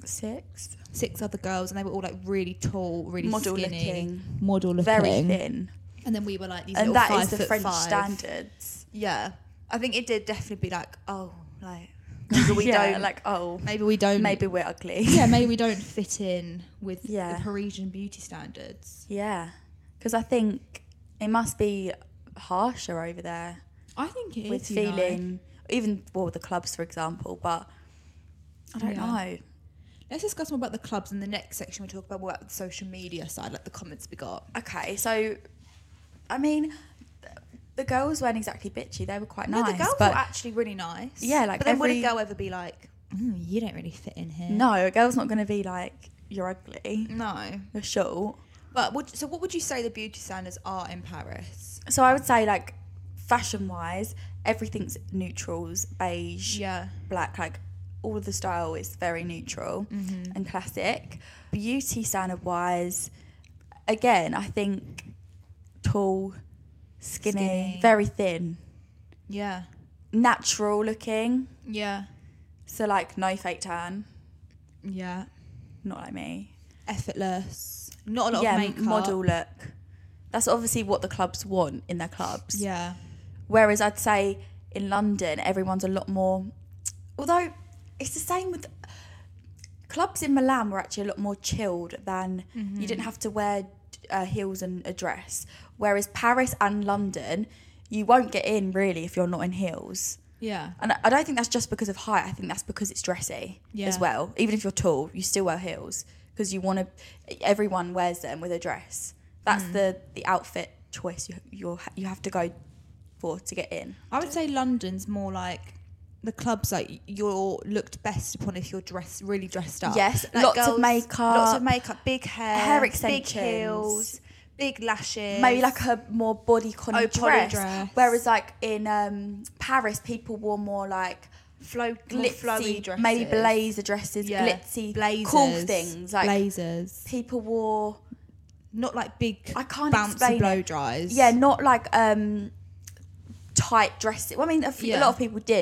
S2: six
S1: Six other girls, and they were all like really tall, really
S2: Model
S1: skinny,
S2: looking.
S1: model looking,
S2: very thin
S1: And then we were like these little
S2: and that
S1: five
S2: is the
S1: foot
S2: French
S1: five. *laughs*
S2: standards
S1: Yeah, I think it did definitely be like, oh, like maybe we
S2: *laughs* yeah,
S1: don't
S2: like
S1: *laughs*
S2: oh
S1: maybe we don't
S2: *laughs* maybe we're ugly
S1: yeah, maybe we don't fit in with
S2: Yeah.
S1: the Parisian beauty standards.
S2: yeah because I think it must be harsher over there
S1: I think it is
S2: with
S1: you know.
S2: feeling even well the clubs for example but i don't
S1: Yeah.
S2: know
S1: Let's discuss more about the clubs in the next section. We talk about more about the social media side, like the comments we got.
S2: okay so i mean th- the girls weren't exactly bitchy they were quite nice
S1: no, the girls
S2: but
S1: were actually really nice.
S2: Yeah, like
S1: but then would a
S2: every-
S1: girl ever be like, mm, "You don't really fit in here"?
S2: no a girl's not going to be like you're ugly
S1: no.
S2: you're short
S1: But would, so, what would you say the beauty standards are in Paris?
S2: so i would say like fashion wise everything's neutrals beige
S1: Yeah.
S2: black like all of the style is very neutral
S1: Mm-hmm.
S2: and classic beauty standard wise again i think tall skinny,
S1: Skinny.
S2: very thin
S1: Yeah,
S2: natural looking
S1: yeah,
S2: so like no fake tan
S1: yeah.
S2: not like me
S1: Effortless. Not a lot
S2: yeah
S1: of makeup.
S2: model look that's obviously what the clubs want in their clubs
S1: Yeah.
S2: Whereas I'd say in London, everyone's a lot more. Although it's the same with clubs in Milan were actually a lot more chilled than you didn't have to wear uh, heels and a dress. Whereas Paris and London, you won't get in really if you're not in heels.
S1: Yeah.
S2: And I- I don't think that's just because of height. I think that's because it's dressy as
S1: Yeah.
S2: well. Even if you're tall, you still wear heels because you want to. Everyone wears them with a dress. That's
S1: Mm.
S2: the the outfit choice you you you have to go for to get in.
S1: I would say London's more like the clubs like you're looked best upon if you're dressed really dressed up.
S2: Yes, lots of makeup.
S1: lots of makeup, big hair,
S2: Hair
S1: big heels,
S2: extensions.
S1: big lashes.
S2: maybe like a more bodycon
S1: Oh, poly
S2: dress.
S1: dress.
S2: Whereas like in um, Paris, people wore more like
S1: flow,
S2: glitzy,
S1: flowy dresses.
S2: maybe blazer dresses,
S1: Yeah.
S2: glitzy, cool
S1: Blazers.
S2: things. Like
S1: blazers,
S2: people wore,
S1: not like big.
S2: I can't
S1: bouncy
S2: explain
S1: blow
S2: it.
S1: dries.
S2: yeah, not like um, tight dresses. Well, I mean, a, few, a
S1: Yeah.
S2: lot of people did.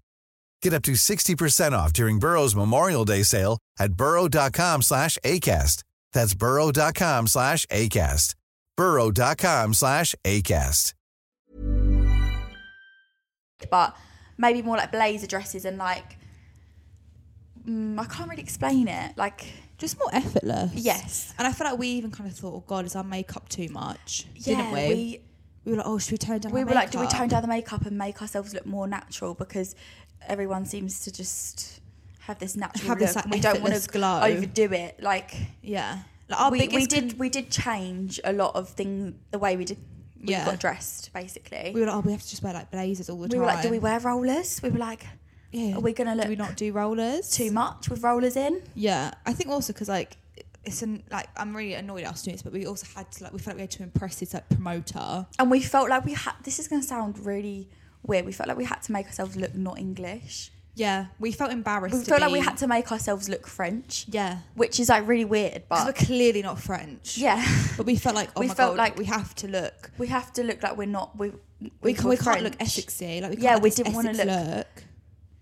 S4: Get up to 60% off during Burrow's Memorial Day sale at burrow.com slash ACAST. That's burrow.com slash ACAST. burrow.com slash ACAST.
S2: but maybe more like blazer dresses and like mm, I can't really explain it. Like
S1: just more effortless.
S2: Yes.
S1: and I feel like we even kind of thought, oh God, is our makeup too much? Didn't
S2: yeah,
S1: we? we? were like, oh, should we tone down?
S2: we,
S1: our
S2: were like, do we
S1: makeup?"
S2: tone down the makeup and make ourselves look more natural because everyone seems to just have this natural
S1: Have
S2: look.
S1: this, like,
S2: we don't want
S1: effortless
S2: to
S1: glow.
S2: overdo it. Like
S1: Yeah, like our
S2: we,
S1: biggest
S2: we did
S1: con-
S2: we did change a lot of things the way we did we
S1: Yeah.
S2: got dressed basically.
S1: we were like, oh, we have to just wear like blazers all the
S2: We
S1: time.
S2: were like, do we wear rollers? We were like,
S1: Yeah.
S2: are we gonna
S1: Do we
S2: look
S1: not do rollers
S2: too much with rollers in?
S1: Yeah, I think also because like it's an like I'm really annoyed at our students, but we also had to like we felt like we had to impress this like promoter.
S2: and we felt like we had this is going to sound really weird we felt like we had to make ourselves look not english
S1: Yeah, we felt embarrassed.
S2: we
S1: to
S2: felt like we
S1: be-
S2: had to make ourselves look french
S1: Yeah,
S2: which is like really weird
S1: because we're
S2: but
S1: clearly not French.
S2: yeah
S1: but we
S2: *laughs*
S1: felt like oh
S2: We
S1: my
S2: felt
S1: god,
S2: like-
S1: we have to look.
S2: we have to look like we're not we we,
S1: We, can, we
S2: we're
S1: can't look
S2: French.
S1: Essexy. Like we can't
S2: Yeah,
S1: have
S2: we
S1: this
S2: didn't wanna
S1: Essex
S2: look-
S1: look.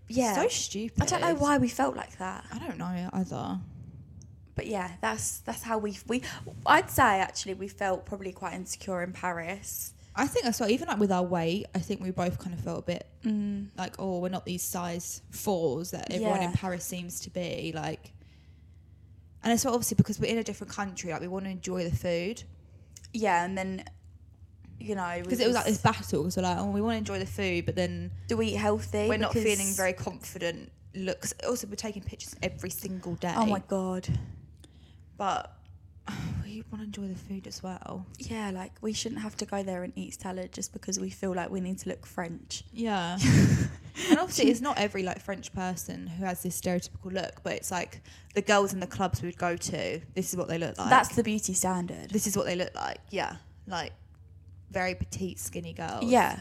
S2: yeah
S1: so stupid.
S2: i don't know why we felt like that
S1: I don't know either.
S2: but yeah that's that's how we we i'd say actually we felt probably quite insecure in paris
S1: I think as well, even like with our weight, I think we both kind of felt a bit like, oh, we're not these size fours that everyone in
S2: Mm. Yeah.
S1: Paris seems to be. Like, and it's well, obviously because we're in a different country, like we want to enjoy the food
S2: yeah and then you know
S1: because it was like this battle because we're like, oh, we want to enjoy the food, but then
S2: do we eat healthy
S1: we're not
S2: Because-
S1: feeling very confident. Looks also we're taking pictures every single day.
S2: oh my god
S1: But *sighs* we want to enjoy the food as well.
S2: Yeah, like we shouldn't have to go there and eat salad just because we feel like we need to look French.
S1: Yeah.
S2: *laughs*
S1: and obviously, it's not every like French person who has this stereotypical look, but it's like the girls in the clubs we would go to. This is what they look like.
S2: That's the beauty standard.
S1: this is what they look like. Yeah, like very petite, skinny girls.
S2: Yeah.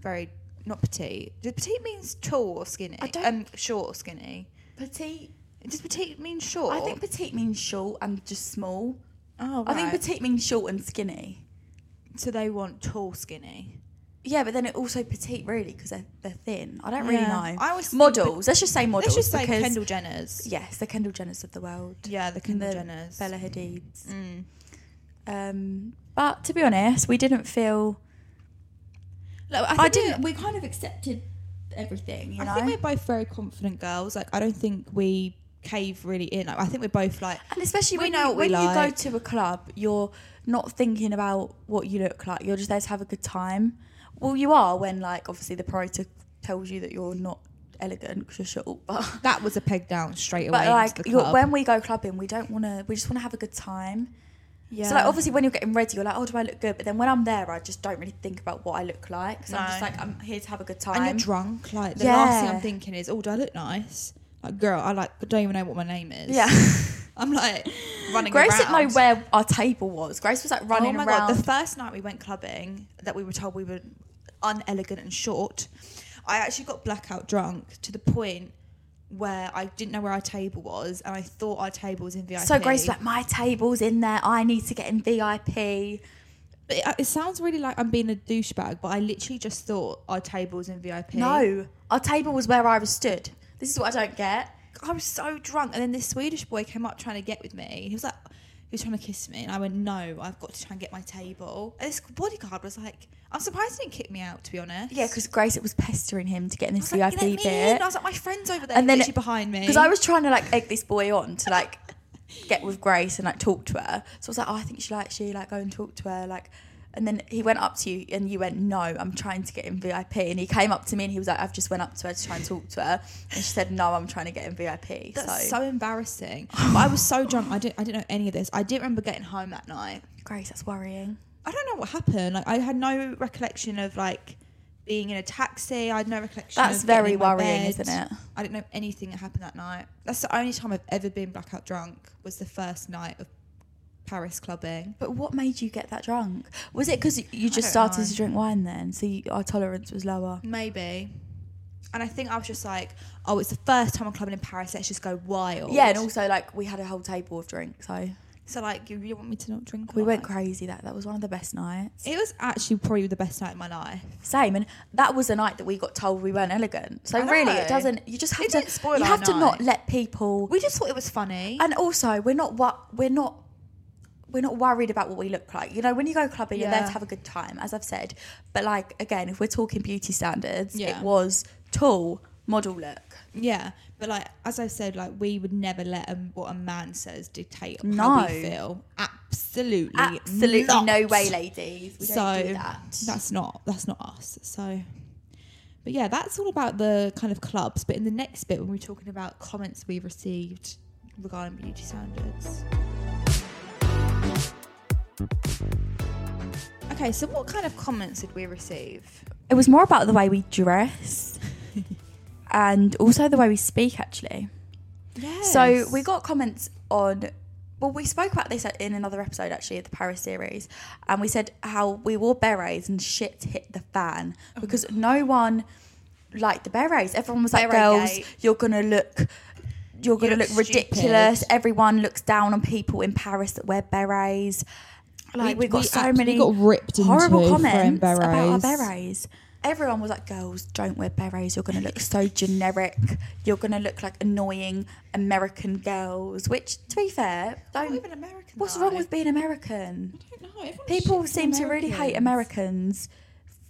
S1: very not petite. Does petite means tall or skinny?
S2: I don't-
S1: Um, short or skinny.
S2: Petite.
S1: Does petite mean short?
S2: I think petite means short and just small.
S1: Oh,
S2: I think
S1: right.
S2: petite means short and skinny.
S1: So they want tall, skinny.
S2: Yeah, but then it also petite really because they're, they're thin. I don't really
S1: Yeah.
S2: know.
S1: I always think
S2: models. Let's just say
S1: Let's
S2: models.
S1: just say
S2: because-
S1: Kendall Jenner's.
S2: Yes, the Kendall Jenners of the world.
S1: Yeah, the
S2: And
S1: Kendall Jenners. Mm.
S2: Bella Hadids. Um, but to be honest, we didn't feel.
S1: Look,
S2: I
S1: think
S2: didn't-
S1: we-
S2: we kind of accepted everything. You
S1: I
S2: know.
S1: think we're both very confident girls. Like I don't think we cave really in. Like, I think we're both like,
S2: And especially
S1: We
S2: when,
S1: know
S2: you,
S1: what we
S2: when you
S1: like.
S2: go to a club, you're not thinking about what you look like. You're just there to have a good time. Well, you are when, like, obviously the promoter tells you that you're not elegant because you're short. But,
S1: that was a peg down straight away.
S2: but
S1: into
S2: like,
S1: the
S2: you're-
S1: club.
S2: when we go clubbing, we don't want to. We just want to have a good time. So like obviously when you're getting ready, you're like, oh, do I look good? But then when I'm there, I just don't really think about what I look like. So I'm just
S1: No.
S2: like, I'm here to have a good time.
S1: and you're drunk. Like the last thing
S2: Yeah.
S1: I'm thinking is, oh, do I look nice? Like, girl, I like don't even know what my name is.
S2: Yeah.
S1: *laughs* I'm
S2: *laughs*
S1: like running.
S2: Grace
S1: around.
S2: didn't know where our table was. Grace was like running
S1: oh my
S2: around.
S1: god! The first night we went clubbing, that we were told we were unelegant and short. I actually got blackout drunk to the point where I didn't know where our table was, and I thought our table was in VIP.
S2: so Grace was like, my table's in there. I need to get in VIP.
S1: But it, it sounds really like I'm being a douchebag, but I literally just thought our table was in VIP.
S2: No, our table was where I was stood. This is what I don't get.
S1: I was so drunk, and then this Swedish boy came up trying to get with me. He was like, he was trying to kiss me, and I went, "No, I've got to try and get my table." And this bodyguard was like, "I'm surprised he didn't kick me out, to be honest."
S2: Yeah, because Grace it was pestering him to get in this
S1: I was like,
S2: VIP
S1: "Let me in."
S2: bit.
S1: I was like, "My friend's over there,
S2: and then
S1: literally behind me."
S2: because I was trying to like egg this boy on to like get with Grace and like talk to her. So I was like, oh, I think she like she like go and talk to her like. And then he went up to you, and you went, "No, I'm trying to get in VIP." And he came up to me, and he was like, "I've just went up to her to try and talk to her," and she said, "No, I'm trying to get in VIP."
S1: That's
S2: so
S1: so embarrassing. But I was so drunk, I didn't, I didn't know any of this. I didn't remember getting home that night.
S2: Grace, that's worrying.
S1: I don't know what happened. Like, I had no recollection of like being in a taxi. I had no recollection.
S2: That's
S1: of getting
S2: very
S1: in my
S2: worrying,
S1: bed.
S2: isn't it?
S1: I didn't know anything that happened that night. That's the only time I've ever been blackout drunk. Was the first night of Paris clubbing.
S2: But what made you get that drunk? Was it because you just
S1: don't
S2: started
S1: know.
S2: to drink wine then, so you, our tolerance was lower?
S1: Maybe. And I think I was just like, oh, it's the first time I'm clubbing in Paris. Let's just go wild.
S2: Yeah, and also like we had a whole table of drinks, so
S1: so like, you, you want me to not drink?
S2: we
S1: or
S2: went
S1: not?
S2: crazy. That that was one of the best nights.
S1: It was actually probably the best night of my life.
S2: Same, and that was the night that we got told we weren't elegant. So
S1: I know.
S2: really, it doesn't. You just have
S1: It
S2: to
S1: didn't spoil
S2: You
S1: our
S2: have to not
S1: night.
S2: let people.
S1: We just thought it was funny.
S2: and also, we're not what we're not. We're not worried about what we look like. You know, when you go clubbing, you're there
S1: Yeah.
S2: to have a good time, as I've said. But like again, if we're talking beauty standards,
S1: Yeah.
S2: it was tall model look.
S1: Yeah, but like as I said, like we would never let a, what a man says dictate
S2: No.
S1: how we feel. Absolutely,
S2: Absolutely
S1: not.
S2: no way, ladies. We
S1: so
S2: don't do that.
S1: that's not that's not us. So, but yeah, that's all about the kind of clubs. But in the next bit, when we're talking about comments we received regarding beauty standards. Okay, so what kind of comments did we receive?
S2: It was more about the way we dress, and also the way we speak. Actually,
S1: Yeah.
S2: So we got comments on. Well, we spoke about this in another episode actually of the Paris series, and we said how we wore berets and shit hit the fan
S1: Oh
S2: because no one liked the berets. Everyone was like,
S1: Beret
S2: "Girls,
S1: gate.
S2: you're gonna look." You're gonna
S1: You
S2: look,
S1: look
S2: ridiculous.
S1: stupid."
S2: Everyone looks down on people in Paris that wear berets. Like we, got so
S1: actually
S2: many
S1: got ripped into
S2: horrible
S1: for wearing
S2: comments about our
S1: berets.
S2: berets. Everyone was like, "Girls, don't wear berets. You're gonna look so generic. You're gonna look like annoying American girls." Which, to be fair, don't
S1: Not even American,
S2: What's
S1: though.
S2: wrong with being American?
S1: I don't know, everyone
S2: People
S1: shits
S2: seem to really hate Americans.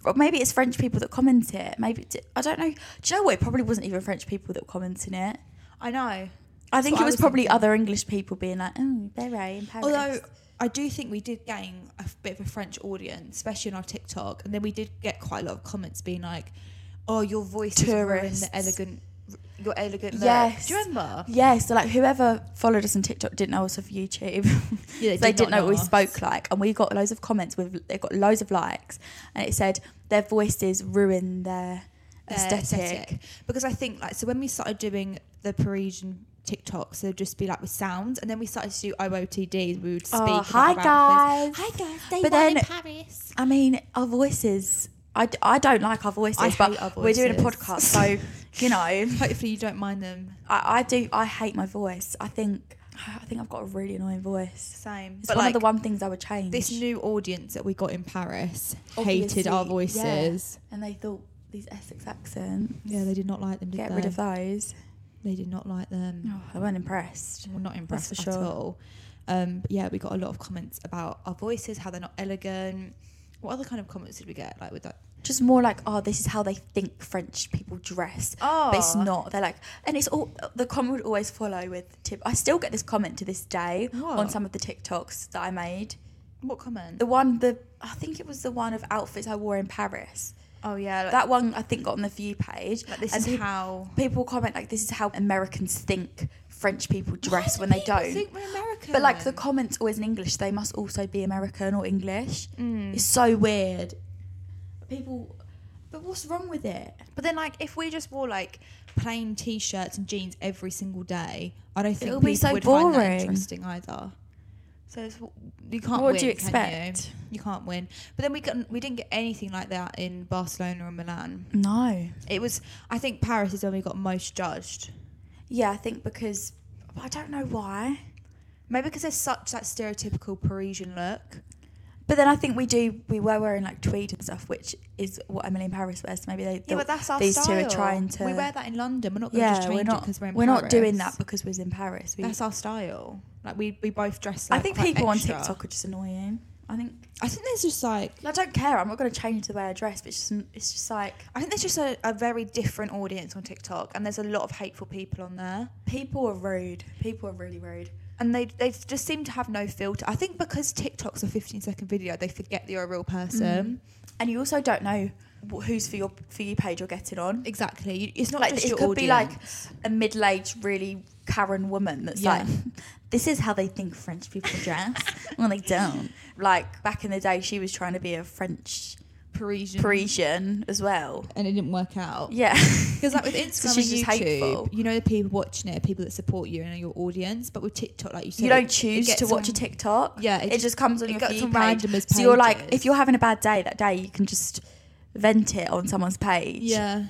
S2: Or maybe it's French people that comment it. Maybe it- I don't know. Do you know what? It probably wasn't even French people that were commenting it.
S1: I know.
S2: I think
S1: what
S2: it
S1: I
S2: was
S1: was
S2: probably
S1: thinking.
S2: other English people being like, "Oh, beret in Paris."
S1: Although I do think we did gain a f- bit of a French audience, especially on our TikTok, and then we did get quite a lot of comments being like, "Oh, your voice is ruining
S2: Tourists.
S1: the elegant, your elegant look."
S2: Yes.
S1: Do you remember?
S2: Yes, so like whoever followed us on TikTok didn't know us off YouTube.
S1: *laughs* Yeah, they
S2: So *laughs*
S1: did
S2: they didn't
S1: not
S2: know what we
S1: know us.
S2: spoke like, and we got loads of comments. With they got loads of likes, and it said their voices ruin their,
S1: Their
S2: aesthetic.
S1: Because I think like so when we started doing the Parisian TikToks, they'd just be like with sounds, and then we started to do OOTDs. We would speak.
S2: Oh,
S1: about
S2: hi
S1: outfits.
S2: guys! Hi guys!
S1: They
S2: but
S1: won
S2: then
S1: in Paris.
S2: I mean, our voices. I, d- I don't like our voices,
S1: I hate
S2: but
S1: our
S2: we're doing a
S1: voices.
S2: podcast,
S1: *laughs*
S2: so you know, I,
S1: Hopefully, you don't mind them.
S2: I do. I hate my voice. I think *sighs* I think I've got a really annoying voice.
S1: Same.
S2: It's
S1: But
S2: one
S1: like,
S2: of the one things I would change.
S1: this new audience that we got in Paris
S2: Obviously,
S1: hated our
S2: yeah.
S1: voices.
S2: and they thought these Essex accents.
S1: Yeah. they did not like them. Did
S2: Get
S1: they?
S2: rid of those.
S1: They did not like them.
S2: Oh, I weren't impressed.
S1: We're not impressed
S2: for
S1: at
S2: sure.
S1: all. Um, but yeah, we got a lot of comments about our voices, how they're not elegant. What other kind of comments did we get? Like with that?
S2: Just more like, oh, this is how they think French people dress. but it's
S1: Oh.
S2: not. They're like, and it's all the comment would always follow with tip. I still get this comment to this day on
S1: What?
S2: some of the TikToks that I made.
S1: What comment?
S2: The one, the I think it was the one of outfits I wore in Paris.
S1: oh yeah, like,
S2: That one I think got on the view page.
S1: Like, this
S2: And
S1: is how-
S2: people comment like, this is how Americans think French people dress
S1: do
S2: when they
S1: people
S2: don't.
S1: think we're American?
S2: But like the comments always in English, they must also be American or English.
S1: Mm.
S2: It's so weird. People, but what's wrong with it?
S1: But then, like, if we just wore like plain t-shirts and jeans every single day, I don't think
S2: It'll
S1: people
S2: be so
S1: would find
S2: boring.
S1: that interesting either. So it's, you can't.
S2: What
S1: win,
S2: do you
S1: can
S2: expect?
S1: you? You can't win. But then we got, we didn't get anything like that in Barcelona and Milan.
S2: No.
S1: It was I think Paris is when we got most judged.
S2: Yeah, I think because but I don't know why.
S1: Maybe because there's such that stereotypical Parisian look.
S2: But then I think we do. We were wearing like tweed and stuff, which is what Emily in Paris wears. So maybe they.
S1: Yeah, but that's our
S2: These
S1: style.
S2: two are trying to.
S1: We wear that in London. We're not going to just
S2: Yeah,
S1: change
S2: we're not.
S1: because we're in
S2: We're not
S1: Paris.
S2: doing that because we're in Paris. We,
S1: That's our style. Like we, we both dress
S2: I
S1: like
S2: think
S1: quite
S2: people
S1: extra.
S2: on TikTok are just annoying. I think
S1: I think there's just like
S2: I don't care. I'm not going to change the way I dress. But it's just, it's just like
S1: I think there's just a, a very different audience on TikTok, and there's a lot of hateful people on there,
S2: people are rude. People are really rude.
S1: and they they just seem to have no filter. I think because TikTok's a 15 second video, they forget that you're a real person.
S2: And you also don't know wh- who's for your for your page you're getting on.
S1: Exactly, you, it's not
S2: like
S1: just
S2: it
S1: your
S2: could be like
S1: audience.
S2: a middle-aged really karen woman that's
S1: Yeah.
S2: like *laughs* this is how they think french people dress *laughs* well they don't like back in the day she was trying to be a french
S1: Parisian.
S2: parisian as well
S3: and it didn't work out.
S2: *laughs* yeah
S1: Because like with Instagram
S2: she's just
S1: and YouTube,
S2: hateful.
S1: you know the people watching it, are people that support you and are your audience. But with TikTok, like you said,
S2: you don't
S1: it
S2: choose
S1: gets
S2: to watch a
S1: on-
S2: tiktok
S1: Yeah,
S2: it,
S1: it
S2: just,
S1: just-
S2: comes on
S1: it
S2: your
S1: gets
S2: feed
S1: on
S2: page.
S1: random as
S2: so you're like
S1: pages.
S2: if you're having a bad day that day you can just vent it on someone's page
S1: Yeah,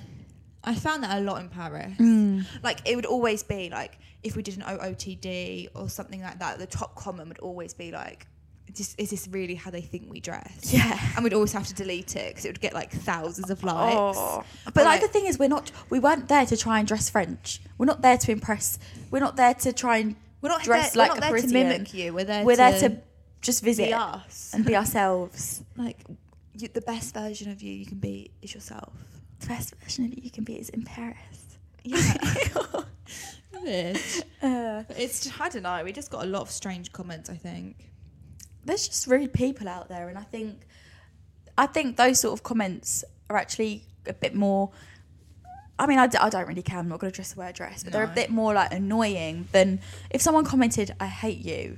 S1: I found that a lot in Paris.
S2: Mm.
S1: Like it would always be like if we did an OOTD or something like that, the top comment would always be like, "This is this really how they think we dress?"
S2: Yeah.
S1: and we'd always have to delete it because it would get like thousands of likes.
S2: Oh. But
S1: Or,
S2: like, the thing is, we're not. We weren't there to try and dress French. We're not there to impress. We're not there to try and.
S1: We're not
S2: dress
S1: there- we're not
S2: like a
S1: there to
S2: Parisian.
S1: mimic you, we're there
S2: We're there
S1: to
S2: to just visit
S1: be us. *laughs*
S2: and be ourselves.
S1: like you, the best version of you you can be is yourself.
S2: the best version of you can be is in Paris.
S1: Yeah. *laughs* But it's just, I don't know. We just got a lot of strange comments. I think.
S2: There's just rude people out there, and I think, I think those sort of comments are actually a bit more. I mean, I, d- I don't really care. I'm not going to dress the way I dress, but they're a bit more like annoying than if someone commented, "I hate you."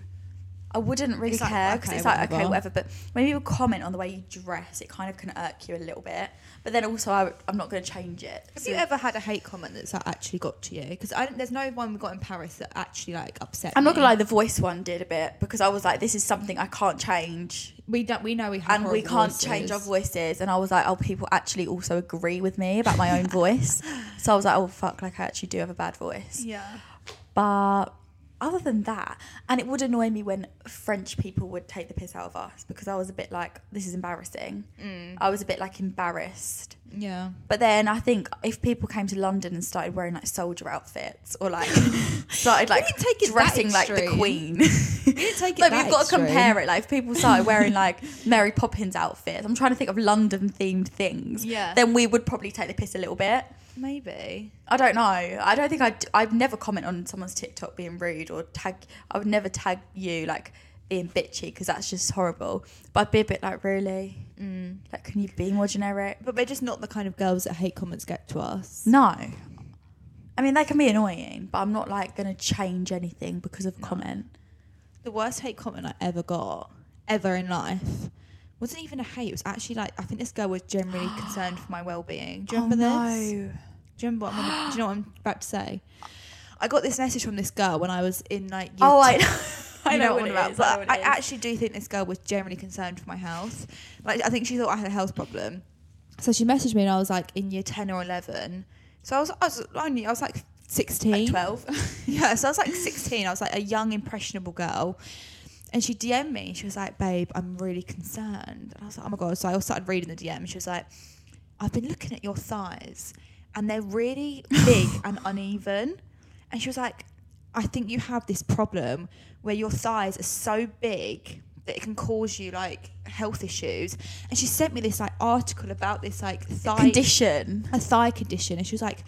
S2: I wouldn't really
S1: It's like,
S2: care because
S1: okay,
S2: it's like okay,
S1: whatever.
S2: whatever. But when people comment on the way you dress, it kind of can irk you a little bit. But then also, I, am not going to change it.
S1: Have
S2: So-
S1: you ever had a hate comment that's like, actually got to you? Because I don't, there's no one we got in Paris that actually like upset.
S2: I'm not gonna
S1: me.
S2: lie, the voice one did a bit because I was like, this is something I can't change,
S1: We don't. We know we have.
S2: and we
S1: horrible
S2: can't
S1: voices.
S2: change our voices. And I was like, oh, people actually also agree with me about my own voice. So I was like, oh fuck, like I actually do have a bad voice.
S1: Yeah.
S2: But other than that, and it would annoy me when French people would take the piss out of us because I was a bit like, this is embarrassing.
S1: Mm.
S2: I was a bit like embarrassed.
S1: Yeah.
S2: But then I think if people came to London and started wearing like soldier outfits or like started like
S1: didn't take it that
S2: dressing like the
S1: extreme.
S2: *laughs* queen,
S1: didn't take it
S2: Like,
S1: that
S2: we've got to
S1: extreme.
S2: compare it. Like if people started wearing like Mary Poppins outfits, I'm trying to think of London themed things.
S1: Yeah.
S2: then we would probably take the piss a little bit.
S1: Maybe.
S2: I don't know. I don't think I'd. I'd never comment on someone's TikTok being rude or tag. I would never tag you like being bitchy because that's just horrible. But I'd be a bit like, really, like, can you be more generic?
S1: But we're just not the kind of girls that hate comments get to us.
S2: No. I mean, they can be annoying, but I'm not like going to change anything because of comment.
S1: The worst hate comment I ever got, ever in life, wasn't even a hate. It was actually like I think this girl was *gasps* generally concerned for my well-being. Do you remember this? Do you remember what I'm? Gonna, do you know what I'm about to say? I got this message from this girl when I was in like. Year
S2: Oh, I
S1: two-
S2: know. *laughs* I
S1: *laughs* you
S2: know,
S1: know,
S2: what
S1: I'm
S2: it
S1: about.
S2: is, I know
S1: But
S2: what it
S1: I
S2: is.
S1: actually do think this girl was generally concerned for my health. Like I think she thought I had a health problem. So she messaged me and I was like in year ten or eleven. So I was I was only I was like sixteen.
S2: Like 12.
S1: *laughs* Yeah, so I was like sixteen. I was like a young, impressionable girl. And she DM'd me. She was like, babe, I'm really concerned. And I was like, oh my God. So I started reading the DM. She was like, I've been looking at your thighs and they're really
S2: *laughs*
S1: big and uneven. And she was like, I think you have this problem where your thighs are so big that it can cause you like health issues. And she sent me this like article about this like thigh
S2: Condition.
S1: a thigh condition and she was like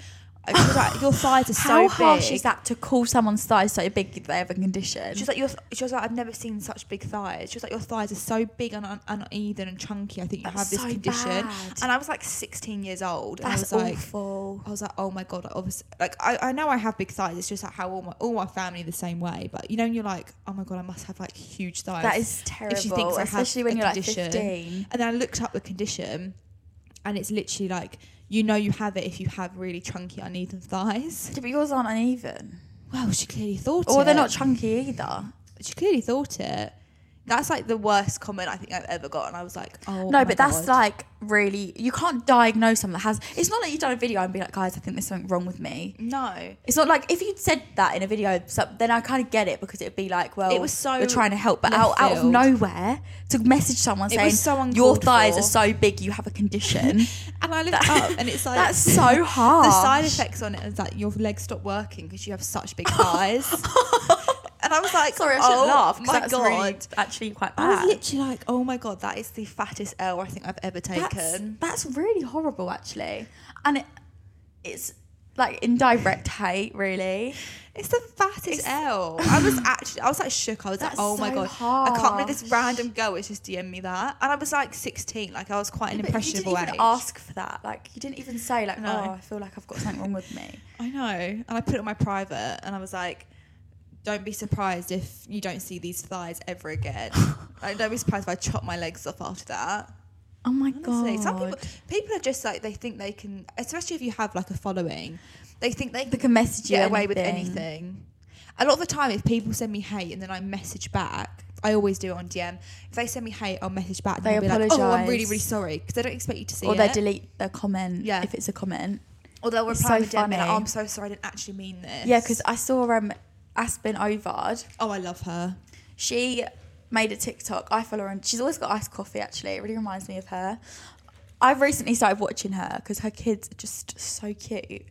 S1: I was like, your thighs are so
S2: How
S1: big.
S2: harsh is that to call someone's thighs so big that they have a condition?
S1: She was like, your, she was like, I've never seen such big thighs. She was like, your thighs are so big and un- uneven and chunky. I think you
S2: That's
S1: have this
S2: so
S1: condition.
S2: bad.
S1: And I was like 16 years old. and I was
S2: That's
S1: like,
S2: awful.
S1: I was like, oh my god, like, obviously, like I, I know I have big thighs. It's just like how all my all my family the same way. But you know, you're like, oh my god, I must have like huge thighs.
S2: That is
S1: If she thinks
S2: terrible,
S1: I have
S2: especially
S1: a
S2: when you're, like,
S1: condition.
S2: 15.
S1: And then I looked up the condition, and it's literally like you know you have it if you have really chunky uneven thighs.
S2: Yeah, but yours aren't uneven.
S1: Well, she clearly thought.
S2: Or they're
S1: it.
S2: not chunky either.
S1: She clearly thought it. That's like the worst comment I think I've ever got, and I was like, oh
S2: no,
S1: my
S2: but
S1: God.
S2: that's like really, you can't diagnose someone that has. It's not like you've done a video and be like, guys, I think there's something wrong with me.
S1: no.
S2: It's not like if you'd said that in a video, so, then I kind of get it because it'd be like, well,
S1: It was so
S2: you're trying to help, but
S1: left
S2: out, out of
S1: field.
S2: nowhere to message someone
S1: It
S2: saying
S1: was so
S2: your
S1: uncalled
S2: thighs
S1: for.
S2: are so big, you have
S1: *laughs*
S2: a condition.
S1: And I looked
S2: That-
S1: up, and it's like *laughs*
S2: *laughs* that's so harsh.
S1: The side effects on it is that your legs stop working because you have such
S2: *laughs*
S1: big thighs. and I was like,
S2: Sorry, I shouldn't
S1: oh
S2: laugh. 'cause
S1: My
S2: that's
S1: god,
S2: really actually quite
S1: I was
S2: bad.
S1: literally like, oh my god, that is the fattest L I think I've ever
S2: That's,
S1: taken.
S2: that's really horrible, actually, and it, it's like indirect hate, really.
S1: It's the fattest L. I was actually, I was like shook. I was
S2: That's
S1: like, oh my
S2: so
S1: god, I can't believe this
S2: harsh.
S1: random girl has just DM'd me that. And I was like 16, like I was quite an
S2: But
S1: impressionable
S2: you didn't
S1: age.
S2: even ask for that. Like you didn't even say like,
S1: No.
S2: oh, I feel like I've got something wrong with me.
S1: I know. And I put it on my private and I was like, don't be surprised if you don't see these thighs ever
S2: *laughs*
S1: again. like, don't be surprised if I chop my legs off after that.
S2: Oh my
S1: Honestly,
S2: god.
S1: some people, people are just like, they think they can, especially if you have like a following, they think they
S2: They can message you
S1: get away with
S2: anything.
S1: anything. A lot of the time, if people send me hate and then I message back, I always do it on DM. If they send me hate, I'll message back. And
S2: They
S1: they'll be like, oh, I'm
S2: apologise.
S1: really, really sorry. Because they don't expect you to see
S2: or
S1: it.
S2: they delete their comment
S1: Yeah.
S2: if it's a comment.
S1: Or they'll
S2: It's
S1: reply
S2: so
S1: to DM and be like,
S2: funny.
S1: oh, I'm so sorry, I didn't actually mean this.
S2: Yeah, because I saw um Aspen Ovard.
S1: Oh, I love her.
S2: She made a TikTok. I follow her, and she's always got iced coffee. Actually, it really reminds me of her. I've recently started watching her because her kids are just so cute.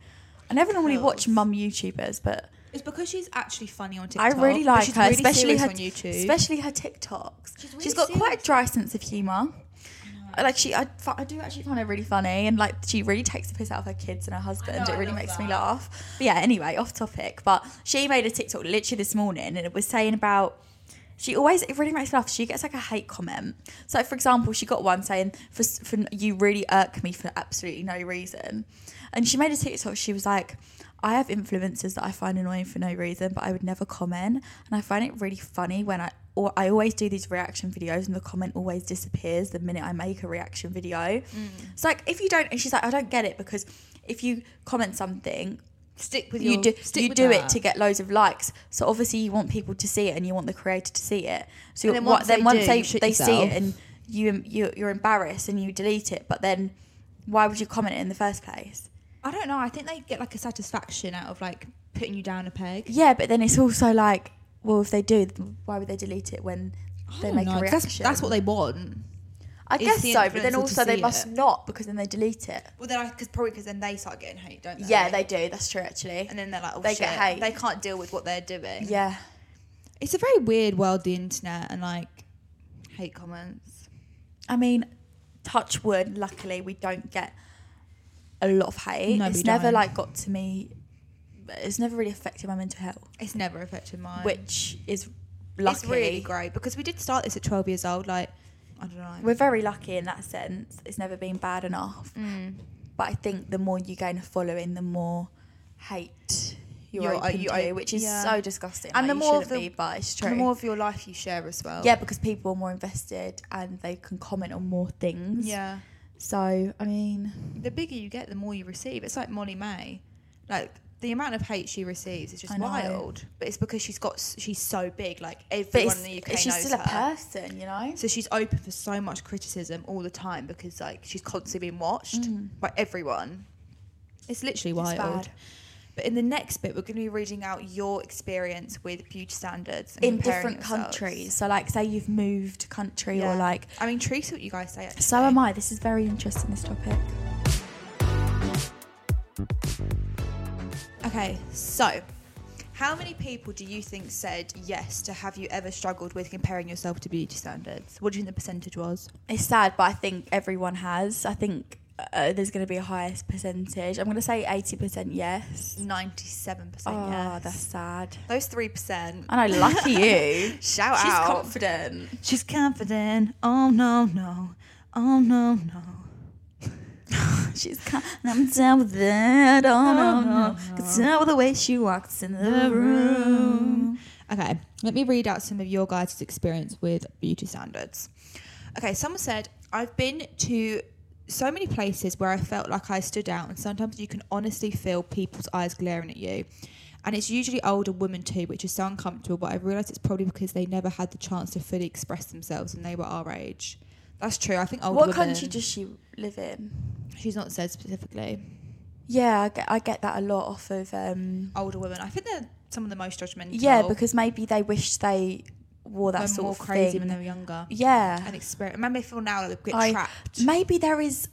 S2: I never normally watch mum YouTubers, but
S1: It's because she's actually funny on
S2: I
S1: TikTok.
S2: really
S1: but
S2: like
S1: she's
S2: her,
S1: really
S2: especially
S1: serious
S2: her
S1: on YouTube.
S2: especially her TikToks.
S1: She's really
S2: she's got quite
S1: serious.
S2: a dry sense of humor. Like she, I, fi- I do actually find her really funny, and like she really takes the piss out of her kids and her husband.
S1: know,
S2: it
S1: I
S2: really
S1: love
S2: makes me
S1: that.
S2: laugh. But yeah, anyway, off topic. But she made a TikTok literally this morning, and it was saying about she always it really makes me laugh. She gets like a hate comment. So for example, she got one saying for, s- for you really irk me for absolutely no reason, and she made a TikTok. She was like. I have influencers that I find annoying for no reason, but I would never comment. And I find it really funny when I or I always do these reaction videos and the comment always disappears the minute I make a reaction video. It's like if you don't and she's like, I don't get it because if you comment something
S1: stick with
S2: you
S1: your-
S2: do
S1: stick
S2: you
S1: with
S2: do it
S1: that.
S2: to get loads of likes. So obviously you want people to see it and you want the creator to see it. So
S1: And then
S2: what-
S1: once
S2: then
S1: they
S2: once
S1: do,
S2: they,
S1: you shit
S2: they see
S1: yourself.
S2: it and you, you you're embarrassed and you delete it, but then why would you comment it in the first place?
S1: I don't know. I think they get like a satisfaction out of like putting you down a peg.
S2: Yeah, but then it's also like, well, if they do, why would they delete it when they make a reaction?
S1: That's, that's what they want.
S2: I
S1: is
S2: guess
S1: the
S2: so, but
S1: influencer
S2: then
S1: to
S2: also they
S1: see
S2: must
S1: it.
S2: not because then they delete it.
S1: Well, then I cause probably because then they start getting hate, don't they?
S2: Yeah, they do. That's true, actually.
S1: And then they're like, oh,
S2: They
S1: shit.
S2: get hate.
S1: They can't deal with what they're doing.
S2: yeah,
S1: it's a very weird world, the internet, and like hate comments.
S2: I mean, touch wood. Luckily, we don't get a lot of hate.
S1: No, we
S2: it's never
S1: don't.
S2: like got to me. It's never really affected my mental health,
S1: It's never affected mine.
S2: which is lucky.
S1: it's really great because we did start this at 12 years old. Like, I don't know.
S2: We're very lucky in that sense. It's never been bad enough.
S1: Mm.
S2: But I think the more you gain a following, the more hate you're,
S1: You're- uh,
S2: open
S1: you-
S2: to, which is
S1: yeah.
S2: so disgusting.
S1: And
S2: Like,
S1: the
S2: you
S1: more
S2: shouldn't
S1: the-
S2: be, but it's true.
S1: the more of your life you share as well.
S2: yeah, because people are more invested and they can comment on more things.
S1: Yeah.
S2: So I mean,
S1: the bigger you get, the more you receive. It's like Molly May, like the amount of hate she receives is
S2: I
S1: just
S2: know.
S1: wild. But it's because she's got s- she's so big, like
S2: but
S1: everyone
S2: it's,
S1: in the UK
S2: it's- she's
S1: knows
S2: still a
S1: her.
S2: person, you know.
S1: So she's open for so much criticism all the time because like she's constantly being watched
S2: Mm.
S1: by everyone. It's literally wild.
S2: bad.
S1: But in the next bit, we're going to be reading out your experience with beauty standards and
S2: In
S1: comparing
S2: different
S1: yourselves.
S2: countries, so like, say you've moved country
S1: Yeah.
S2: or like.
S1: I'm intrigued what you guys say. Actually.
S2: So am I. This is very interesting. This topic.
S1: Okay, so how many people do you think said yes to have you ever struggled with comparing yourself to beauty standards? What do you think the percentage was?
S2: It's sad, but I think everyone has. I think uh, there's going to be a highest percentage. I'm going to say 80% yes.
S1: 97% yes.
S2: Oh, that's sad.
S1: Those 3%.
S2: I know,
S1: *laughs*
S2: lucky you.
S1: Shout
S2: She's
S1: out.
S2: confident.
S1: She's confident. Oh, no, no. Oh, no, no.
S2: *laughs* She's com- I'm down with that. Oh, no, no. Could tell the way she walks in the room.
S1: Okay, let me read out some of your guys' experience with beauty standards. Okay, someone said, I've been to so many places where I felt like I stood out, and sometimes you can honestly feel people's eyes glaring at you. And it's usually older women too, which is so uncomfortable, but I've realised it's probably because they never had the chance to fully express themselves when they were our age. That's true. I think older
S2: What
S1: women-
S2: country does she live in?
S1: She's not said specifically.
S2: Yeah, I get, I get that a lot off of. Um,
S1: Older women. I think they're some of the most judgmental.
S2: yeah, because maybe they wish they wore that
S1: they're
S2: sort
S1: more
S2: of
S1: crazy
S2: thing.
S1: when they were younger.
S2: yeah,
S1: and experience. Maybe I feel now like a bit
S2: I-
S1: trapped.
S2: Maybe there is.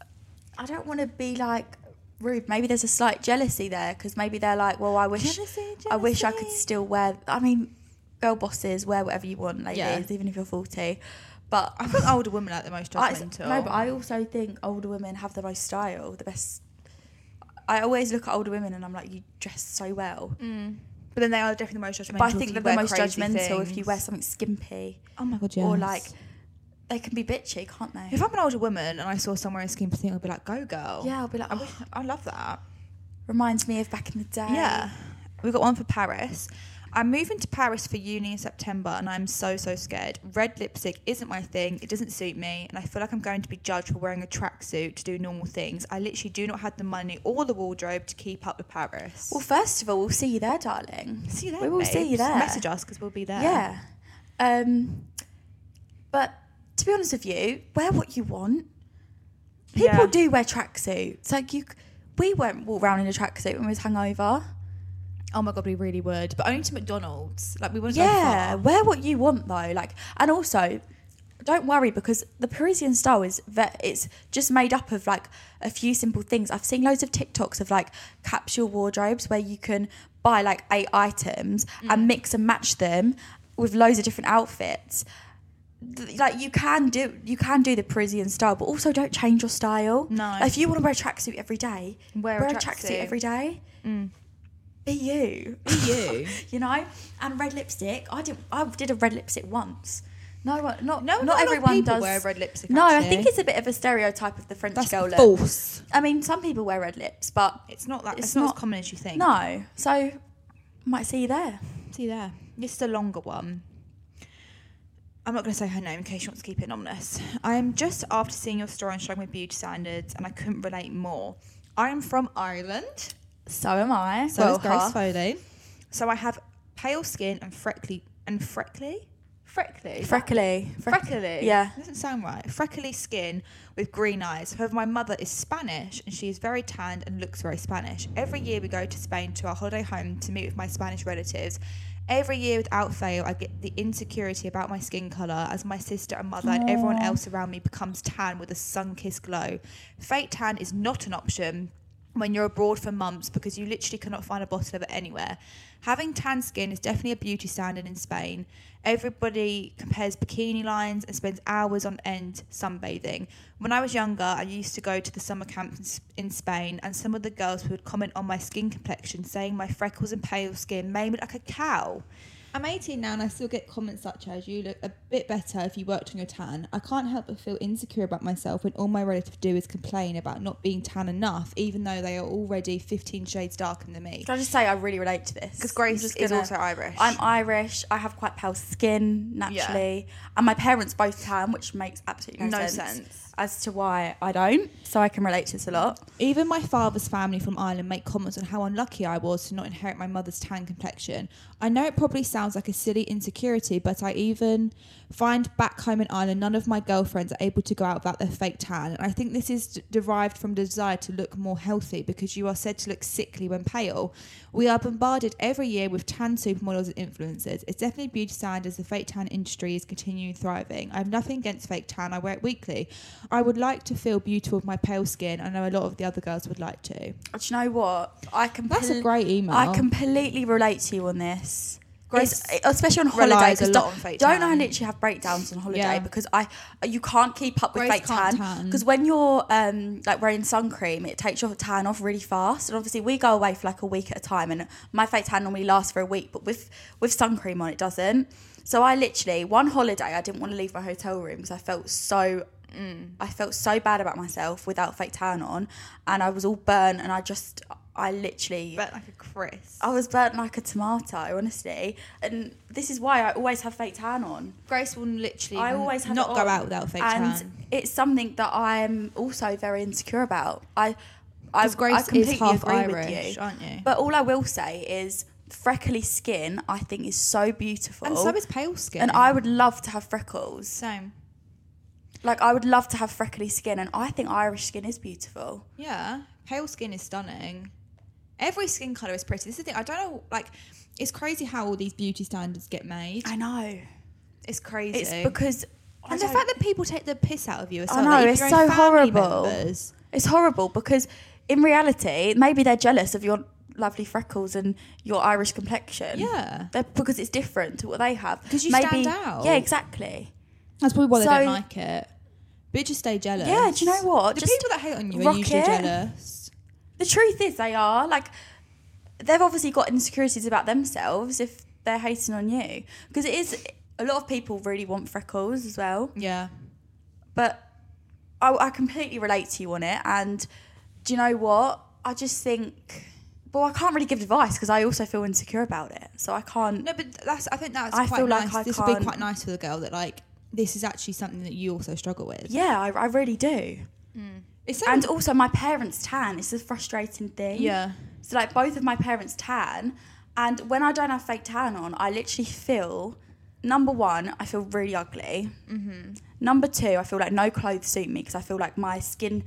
S2: I don't want to be like rude. Maybe there's a slight jealousy there because maybe they're like, well, I wish,
S1: Jealousy,
S2: I wish I could
S1: jealousy.
S2: still wear. I mean, girl bosses wear whatever you want, ladies,
S1: Yeah.
S2: even if you're forty. But
S1: I think older women are the most
S2: I,
S1: judgmental.
S2: no, but I also think older women have the most style, the best. I always look at older women and I'm like, you dress so well.
S1: Mm. But then they are definitely the most judgmental.
S2: But I
S1: if
S2: think
S1: you
S2: they're
S1: wear
S2: the most
S1: crazy
S2: judgmental if
S1: things.
S2: you wear something skimpy
S1: Oh my god,
S2: or
S1: yes.
S2: like they can be bitchy, can't they?
S1: if I'm an older woman and I saw somewhere in skin thing, I'd be like, "Go girl."
S2: yeah, I'll be like,
S1: I,
S2: oh,
S1: wish, I love that.
S2: reminds me of back in the day.
S1: Yeah, we got one for Paris. I'm moving to Paris for uni in September, and I'm so so scared. Red lipstick isn't my thing; it doesn't suit me, and I feel like I'm going to be judged for wearing a tracksuit to do normal things. I literally do not have the money or the wardrobe to keep up with Paris.
S2: Well, first of all, we'll see you there, darling.
S1: see you there.
S2: We will see
S1: babes.
S2: you there.
S1: Message us because we'll be there.
S2: Yeah. Um, but to be honest with you, wear what you want. People
S1: Yeah.
S2: do wear tracksuits. Like you, c- we won't walk around in a tracksuit when we was hungover.
S1: Oh my god, we really would, but only to McDonald's. Like we wouldn't go
S2: Yeah,
S1: far.
S2: wear what you want though. Like, and also, don't worry because the Parisian style is ve- it's just made up of like a few simple things. I've seen loads of TikToks of like capsule wardrobes where you can buy like eight items and mix and match them with loads of different outfits. Th- Like you can do, you can do the Parisian style, but also don't change your style.
S1: No.
S2: Like, if you want to wear a tracksuit every day,
S1: Wear a tracksuit. Mm.
S2: every day. Be you
S1: you.
S2: *laughs* you know. And red lipstick, I did. I did a red lipstick once. No, not not,
S1: No,
S2: not,
S1: not a lot of
S2: everyone
S1: people
S2: does.
S1: wear red lipstick,
S2: No, I
S1: actually.
S2: think it's a bit of a stereotype of the French
S1: That's
S2: girl look.
S1: false.
S2: I mean, some people wear red lips, but
S1: It's not that. It's, not, as common as you think.
S2: No, so might see you there.
S1: See there. This is a longer one. I'm not going to say her name in case she wants to keep it anonymous. I am just after seeing your story on struggling with beauty standards, and I couldn't relate more. I am from Ireland,
S2: So am I.
S1: so
S2: well,
S1: is Grace
S2: half.
S1: Foley. So I have pale skin and freckly and freckly, freckly,
S2: freckly, Freck-
S1: freckly.
S2: Yeah.
S1: doesn't sound right. Freckly skin with green eyes. However, my mother is Spanish and she is very tanned and looks very Spanish. Every year we go to Spain to our holiday home to meet with my Spanish relatives. Every year, without fail, I get the insecurity about my skin colour as my sister and mother and everyone else around me becomes tan with a sun kissed glow. Fake tan is not an option when you're abroad for months because you literally cannot find a bottle of it anywhere. Having tan skin is definitely a beauty standard in Spain. Everybody compares bikini lines and spends hours on end sunbathing. When I was younger, I used to go to the summer camps in S- in Spain, and some of the girls would comment on my skin complexion, saying my freckles and pale skin made me like a cow. I'm 18 now and I still get comments such as, You look a bit better if you worked on your tan. I can't help but feel insecure about myself when all my relatives do is complain about not being tan enough, even though they are already 15 shades darker than me.
S2: Can I just say I really relate to this?
S1: 'Cause Grace
S2: I'm just
S1: is also Irish.
S2: I'm Irish. I have quite pale skin naturally, and my parents both tan, which makes absolutely no,
S1: No
S2: sense,
S1: sense.
S2: as to why I don't. So I can relate to this a lot.
S1: Even my father's family from Ireland make comments on how unlucky I was to not inherit my mother's tan complexion. I know it probably sounds like a silly insecurity, but I even find back home in Ireland none of my girlfriends are able to go out without their fake tan. And I think this is d- derived from the desire to look more healthy because you are said to look sickly when pale. We are bombarded every year with tan supermodels and influencers. It's definitely beauty standard as the fake tan industry is continuing thriving. I have nothing against fake tan, I wear it weekly. I would like to feel beautiful with my pale skin. I know a lot of the other girls would like to.
S2: Do you know what? I completely
S1: That's a great email.
S2: I completely relate to you on this.
S1: Grace
S2: It's- especially on
S1: relies
S2: holiday. 'cause
S1: a lot
S2: don't,
S1: on fake
S2: don't I
S1: tan.
S2: literally have breakdowns on holiday
S3: Yeah.
S2: because I uh, you can't keep up with
S3: Grace
S2: fake
S3: can't
S2: tan
S3: tan.
S2: because when you're um, like wearing sun cream, it takes your tan off really fast. And obviously, we go away for like a week at a time, and my fake tan normally lasts for a week, but with with sun cream on, it doesn't. So I literally one holiday, I didn't want to leave my hotel room because I felt so. I felt so bad about myself without fake tan on, and I was all burnt, and I just, I literally
S1: But like a Chris.
S2: I was burnt like a tomato, honestly. And this is why I always have fake tan on.
S1: Grace will literally
S2: I always have
S1: not
S2: it
S1: go
S2: on.
S1: out without fake
S2: and
S1: tan.
S2: it's something that I'm also very insecure about. I, I,
S1: 'Cause Grace
S2: I
S1: is
S2: completely
S1: half
S2: agree with
S1: Irish,
S2: you,
S1: aren't you?
S2: But all I will say is freckly skin. I think is so beautiful,
S1: And so is pale skin.
S2: And I would love to have freckles.
S1: Same.
S2: Like I would love to have freckly skin, and I think Irish skin is beautiful.
S1: Yeah, pale skin is stunning. Every skin color is pretty. This is the thing. I don't know. Like, it's crazy how all these beauty standards get made.
S2: I know.
S1: It's crazy.
S2: It's because I
S1: and the
S2: don't-
S1: fact that people take the piss out of you as
S2: I
S1: well.
S2: know,
S1: like, if
S2: it's
S1: your
S2: so
S1: own family
S2: horrible.
S1: members-
S2: It's horrible because in reality, maybe they're jealous of your lovely freckles and your Irish complexion.
S1: Yeah.
S2: They're, because it's different to what they have.
S1: 'Cause you
S2: Maybe-
S1: stand out.
S2: Yeah, exactly.
S3: That's probably why
S2: So-
S3: they
S1: don't
S3: don't like.
S1: like it. But just stay jealous.
S2: Yeah, do you know what?
S1: The
S2: Just
S1: people that hate on you are
S2: rock
S1: usually
S2: it.
S1: jealous.
S2: The truth is, they are. Like, they've obviously got insecurities about themselves if they're hating on you. Because it is, a lot of people really want freckles as well.
S1: Yeah.
S2: but I, I completely relate to you on it. And do you know what? I just think, well, I can't really give advice because I also feel insecure about it. So I can't.
S1: No, but that's. I think that's
S2: I
S1: quite
S2: feel like
S1: nice.
S2: I
S1: this will be
S2: can't-
S1: quite nice for the girl that like this is actually something that you also struggle with.
S2: Yeah, I, I really do.
S1: It's so,
S2: And also, my parents' tan is a frustrating thing.
S1: yeah.
S2: So, like, both of my parents' tan. And when I don't have fake tan on, I literally feel number one, I feel really ugly. Mm-hmm. Number two, I feel like no clothes suit me because I feel like my skin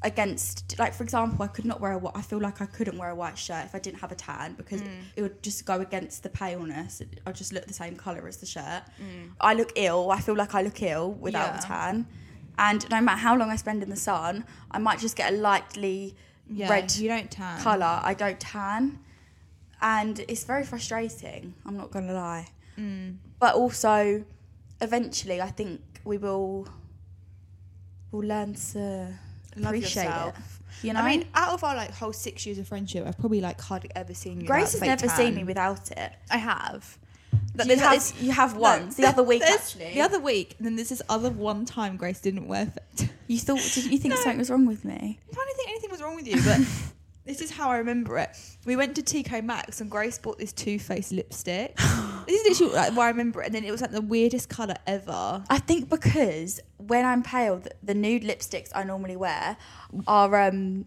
S2: against, like, for example, I could not wear a white, I feel like I couldn't wear a white shirt if I didn't have a tan because
S1: Mm.
S2: it would just go against the paleness. I just look the same colour as the shirt. I look ill. I feel like I look ill without a
S1: Mm. Yeah.
S2: tan. And no matter how long I spend in the sun, I might just get a lightly
S1: Yeah,
S2: red
S1: you don't tan.
S2: colour. I don't tan. And it's very frustrating, I'm not going to lie. But also, eventually, I think we will will learn to
S1: Love
S2: appreciate
S1: yourself.
S2: it. You know?
S1: I mean, out of our like whole six years of friendship, I've probably like hardly ever seen you.
S2: Grace has
S1: without
S2: never
S1: fake
S2: seen me
S1: tan.
S2: without it.
S1: I have. But
S2: You
S1: there's
S2: have-
S1: this-
S2: you have
S1: no,
S2: once,
S1: *laughs*
S2: the other week,
S1: there's-
S2: actually.
S1: The other week, and then there's this other one time Grace didn't wear *laughs* fit.
S2: You thought, didn't you think
S1: No.
S2: something was wrong with me?
S1: I don't think anything was wrong with you, *laughs* but this is how I remember it. We went to TK Maxx and Grace bought this Too Faced lipstick. *gasps* this is literally like, where I remember it, and then it was like the weirdest colour ever.
S2: I think because when I'm pale, th- the nude lipsticks I normally wear are um,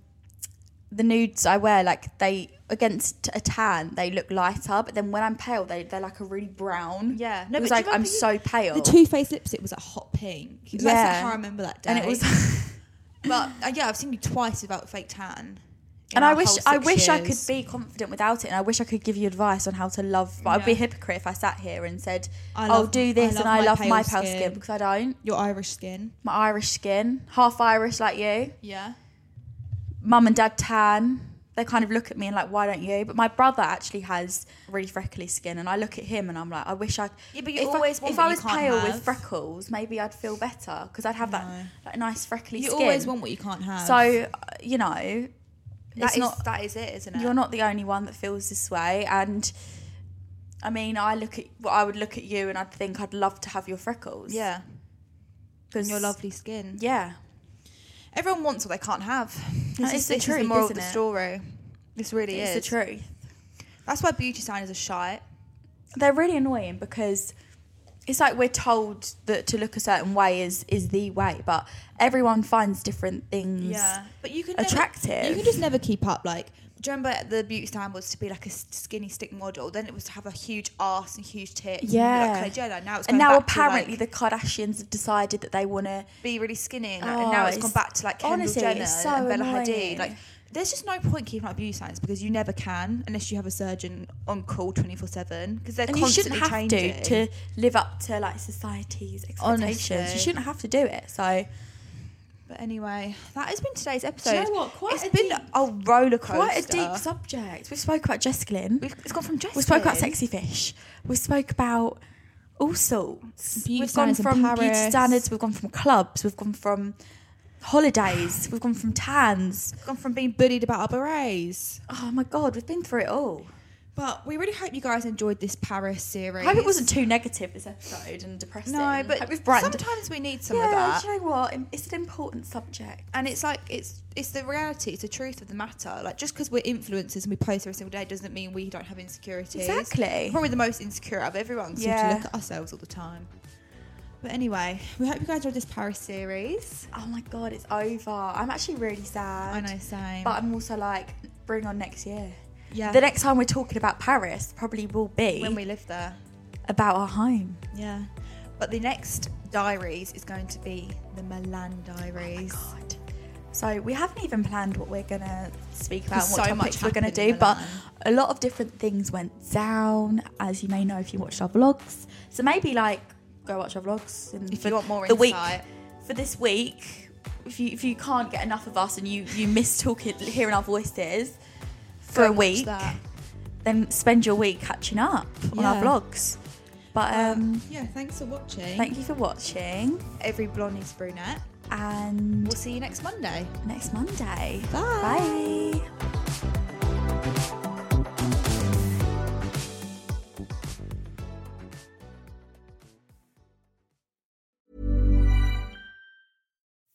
S2: the nudes I wear like they against a tan they look lighter, but then when I'm pale they they're like a really brown.
S1: Yeah,
S2: no, it was
S1: but do
S2: like
S1: you
S2: I'm
S1: remember you-
S2: so pale.
S1: The Too Faced lipstick was like hot pink. Yeah,
S2: Yeah.
S1: that's how I remember that day.
S2: and it
S1: *laughs*
S2: was,
S1: but uh, yeah, I've seen you twice without fake tan. in
S2: *laughs* and I
S1: our
S2: wish
S1: whole
S2: I
S1: six
S2: wish I could
S1: years.
S2: be confident without it, and I wish I could give you advice on how to love. But I'd be a hypocrite if I sat here and said,
S1: I
S2: "I'll
S1: love-
S2: do
S1: I
S2: this,"
S1: love
S2: and I
S1: my
S2: love
S1: pale
S2: my pale skin.
S1: skin.
S2: because I don't.
S1: your Irish skin.
S2: My Irish skin, half Irish like you.
S1: Yeah.
S2: mum and dad tan. They kind of look at me and like, why don't you? But my brother actually has really freckly skin, and I look at him and I'm like, I wish I.
S1: Yeah, but you
S2: if
S1: always
S2: I,
S1: want
S2: if
S1: what
S2: I
S1: you
S2: was
S1: can't
S2: pale with
S1: have.
S2: freckles, maybe I'd feel better because I'd have that like nice freckly
S1: You
S2: skin.
S1: always want what you can't have.
S2: So uh, you know,
S1: That
S2: it's
S1: is
S2: not.
S1: that is it, isn't it?
S2: You're not the only one that feels this way, and I mean, I look at well, I would look at you and I'd think I'd love to have your freckles.
S1: Yeah, and
S2: because
S1: your lovely skin.
S2: Yeah,
S1: Everyone wants what they can't have. This
S2: That
S1: is
S2: is the
S1: this is
S2: truth,
S1: the moral of
S2: isn't
S1: the
S2: it?
S1: story. This really
S2: it's
S1: is
S2: the truth.
S1: That's why beauty standards are shite.
S2: they're really annoying because it's like we're told that to look a certain way is is the way, but everyone finds different things.
S1: but you can
S2: Attractive.
S1: Never, you can just never keep up. Like, do you remember the beauty standard was to be like a s- skinny stick model? Then it was to have a huge ass and huge tits.
S2: Yeah.
S1: and be like Kylie Jenner. Now it's
S2: and
S1: going
S2: now
S1: back to,
S2: apparently
S1: like,
S2: the Kardashians have decided that they want to.
S1: be really skinny. And,
S2: Oh,
S1: and now it's
S2: it's-
S1: gone back to like Kendall
S2: honestly,
S1: Jenner
S2: it's so
S1: and Bella
S2: annoying.
S1: Hadid. Like, there's just no point keeping up beauty standards because you never can unless you have a surgeon on call twenty four seven because they're
S2: And you
S1: constantly
S2: shouldn't have
S1: changing.
S2: to to live up to like society's expectations.
S1: Honestly.
S2: You shouldn't have to do it. So
S1: But anyway, that has been today's episode.
S2: Do you know what? Quite
S1: it's
S2: a
S1: been
S2: deep-
S1: a roller coaster.
S2: Quite a deep subject. We spoke about Jessica.
S1: We've, it's gone from Jessica.
S2: We spoke about sexy fish. We spoke about all sorts.
S1: Beauty
S2: we've gone
S1: standards in
S2: from beauty
S1: Paris.
S2: standards. We've gone from clubs. We've gone from *sighs* holidays. We've gone from tans.
S1: We've gone from being bullied about our berets.
S2: Oh my god, we've been through it all.
S1: But we really hope you guys enjoyed this Paris series.
S2: I hope it wasn't too negative this episode and depressing.
S1: No, but
S2: Hope we've brightened-
S1: sometimes we need some
S2: yeah,
S1: of that.
S2: do you know what? Im- It's an important subject.
S1: and it's like it's it's the reality, it's the truth of the matter. Like just because we're influencers and we post every single day doesn't mean we don't have insecurities.
S2: Exactly.
S1: Probably the most insecure out of everyone. So we
S2: Yeah.
S1: have to look at ourselves all the time. But anyway, we hope you guys enjoyed this Paris series.
S2: Oh my god, it's over. I'm actually really sad.
S1: I know, same.
S2: But I'm also like, bring on next year.
S1: Yeah.
S2: The next time we're talking about Paris probably will be
S1: when we live there.
S2: about our home.
S1: Yeah. But the next diaries is going to be the Milan diaries.
S2: Oh God. So we haven't even planned what we're gonna speak about, and
S1: There's
S2: what
S1: so
S2: topics
S1: much
S2: we're gonna
S1: happened
S2: do,
S1: in
S2: but
S1: Milan.
S2: a lot of different things went down, as you may know if you watched our vlogs. So maybe like go watch our vlogs. And
S1: If
S2: for
S1: you want more
S2: the
S1: insight.
S2: week for this week, if you if you can't get enough of us and you you miss talking hearing our voices for
S1: Go
S2: a
S1: watch
S2: week,
S1: that.
S2: then spend your week catching up on our
S1: Yeah.
S2: vlogs. But um,
S1: yeah, thanks for watching.
S2: thank you for watching,
S1: Every blonde is brunette.
S2: and
S1: We'll see you next Monday.
S2: next Monday.
S1: Bye.
S2: Bye.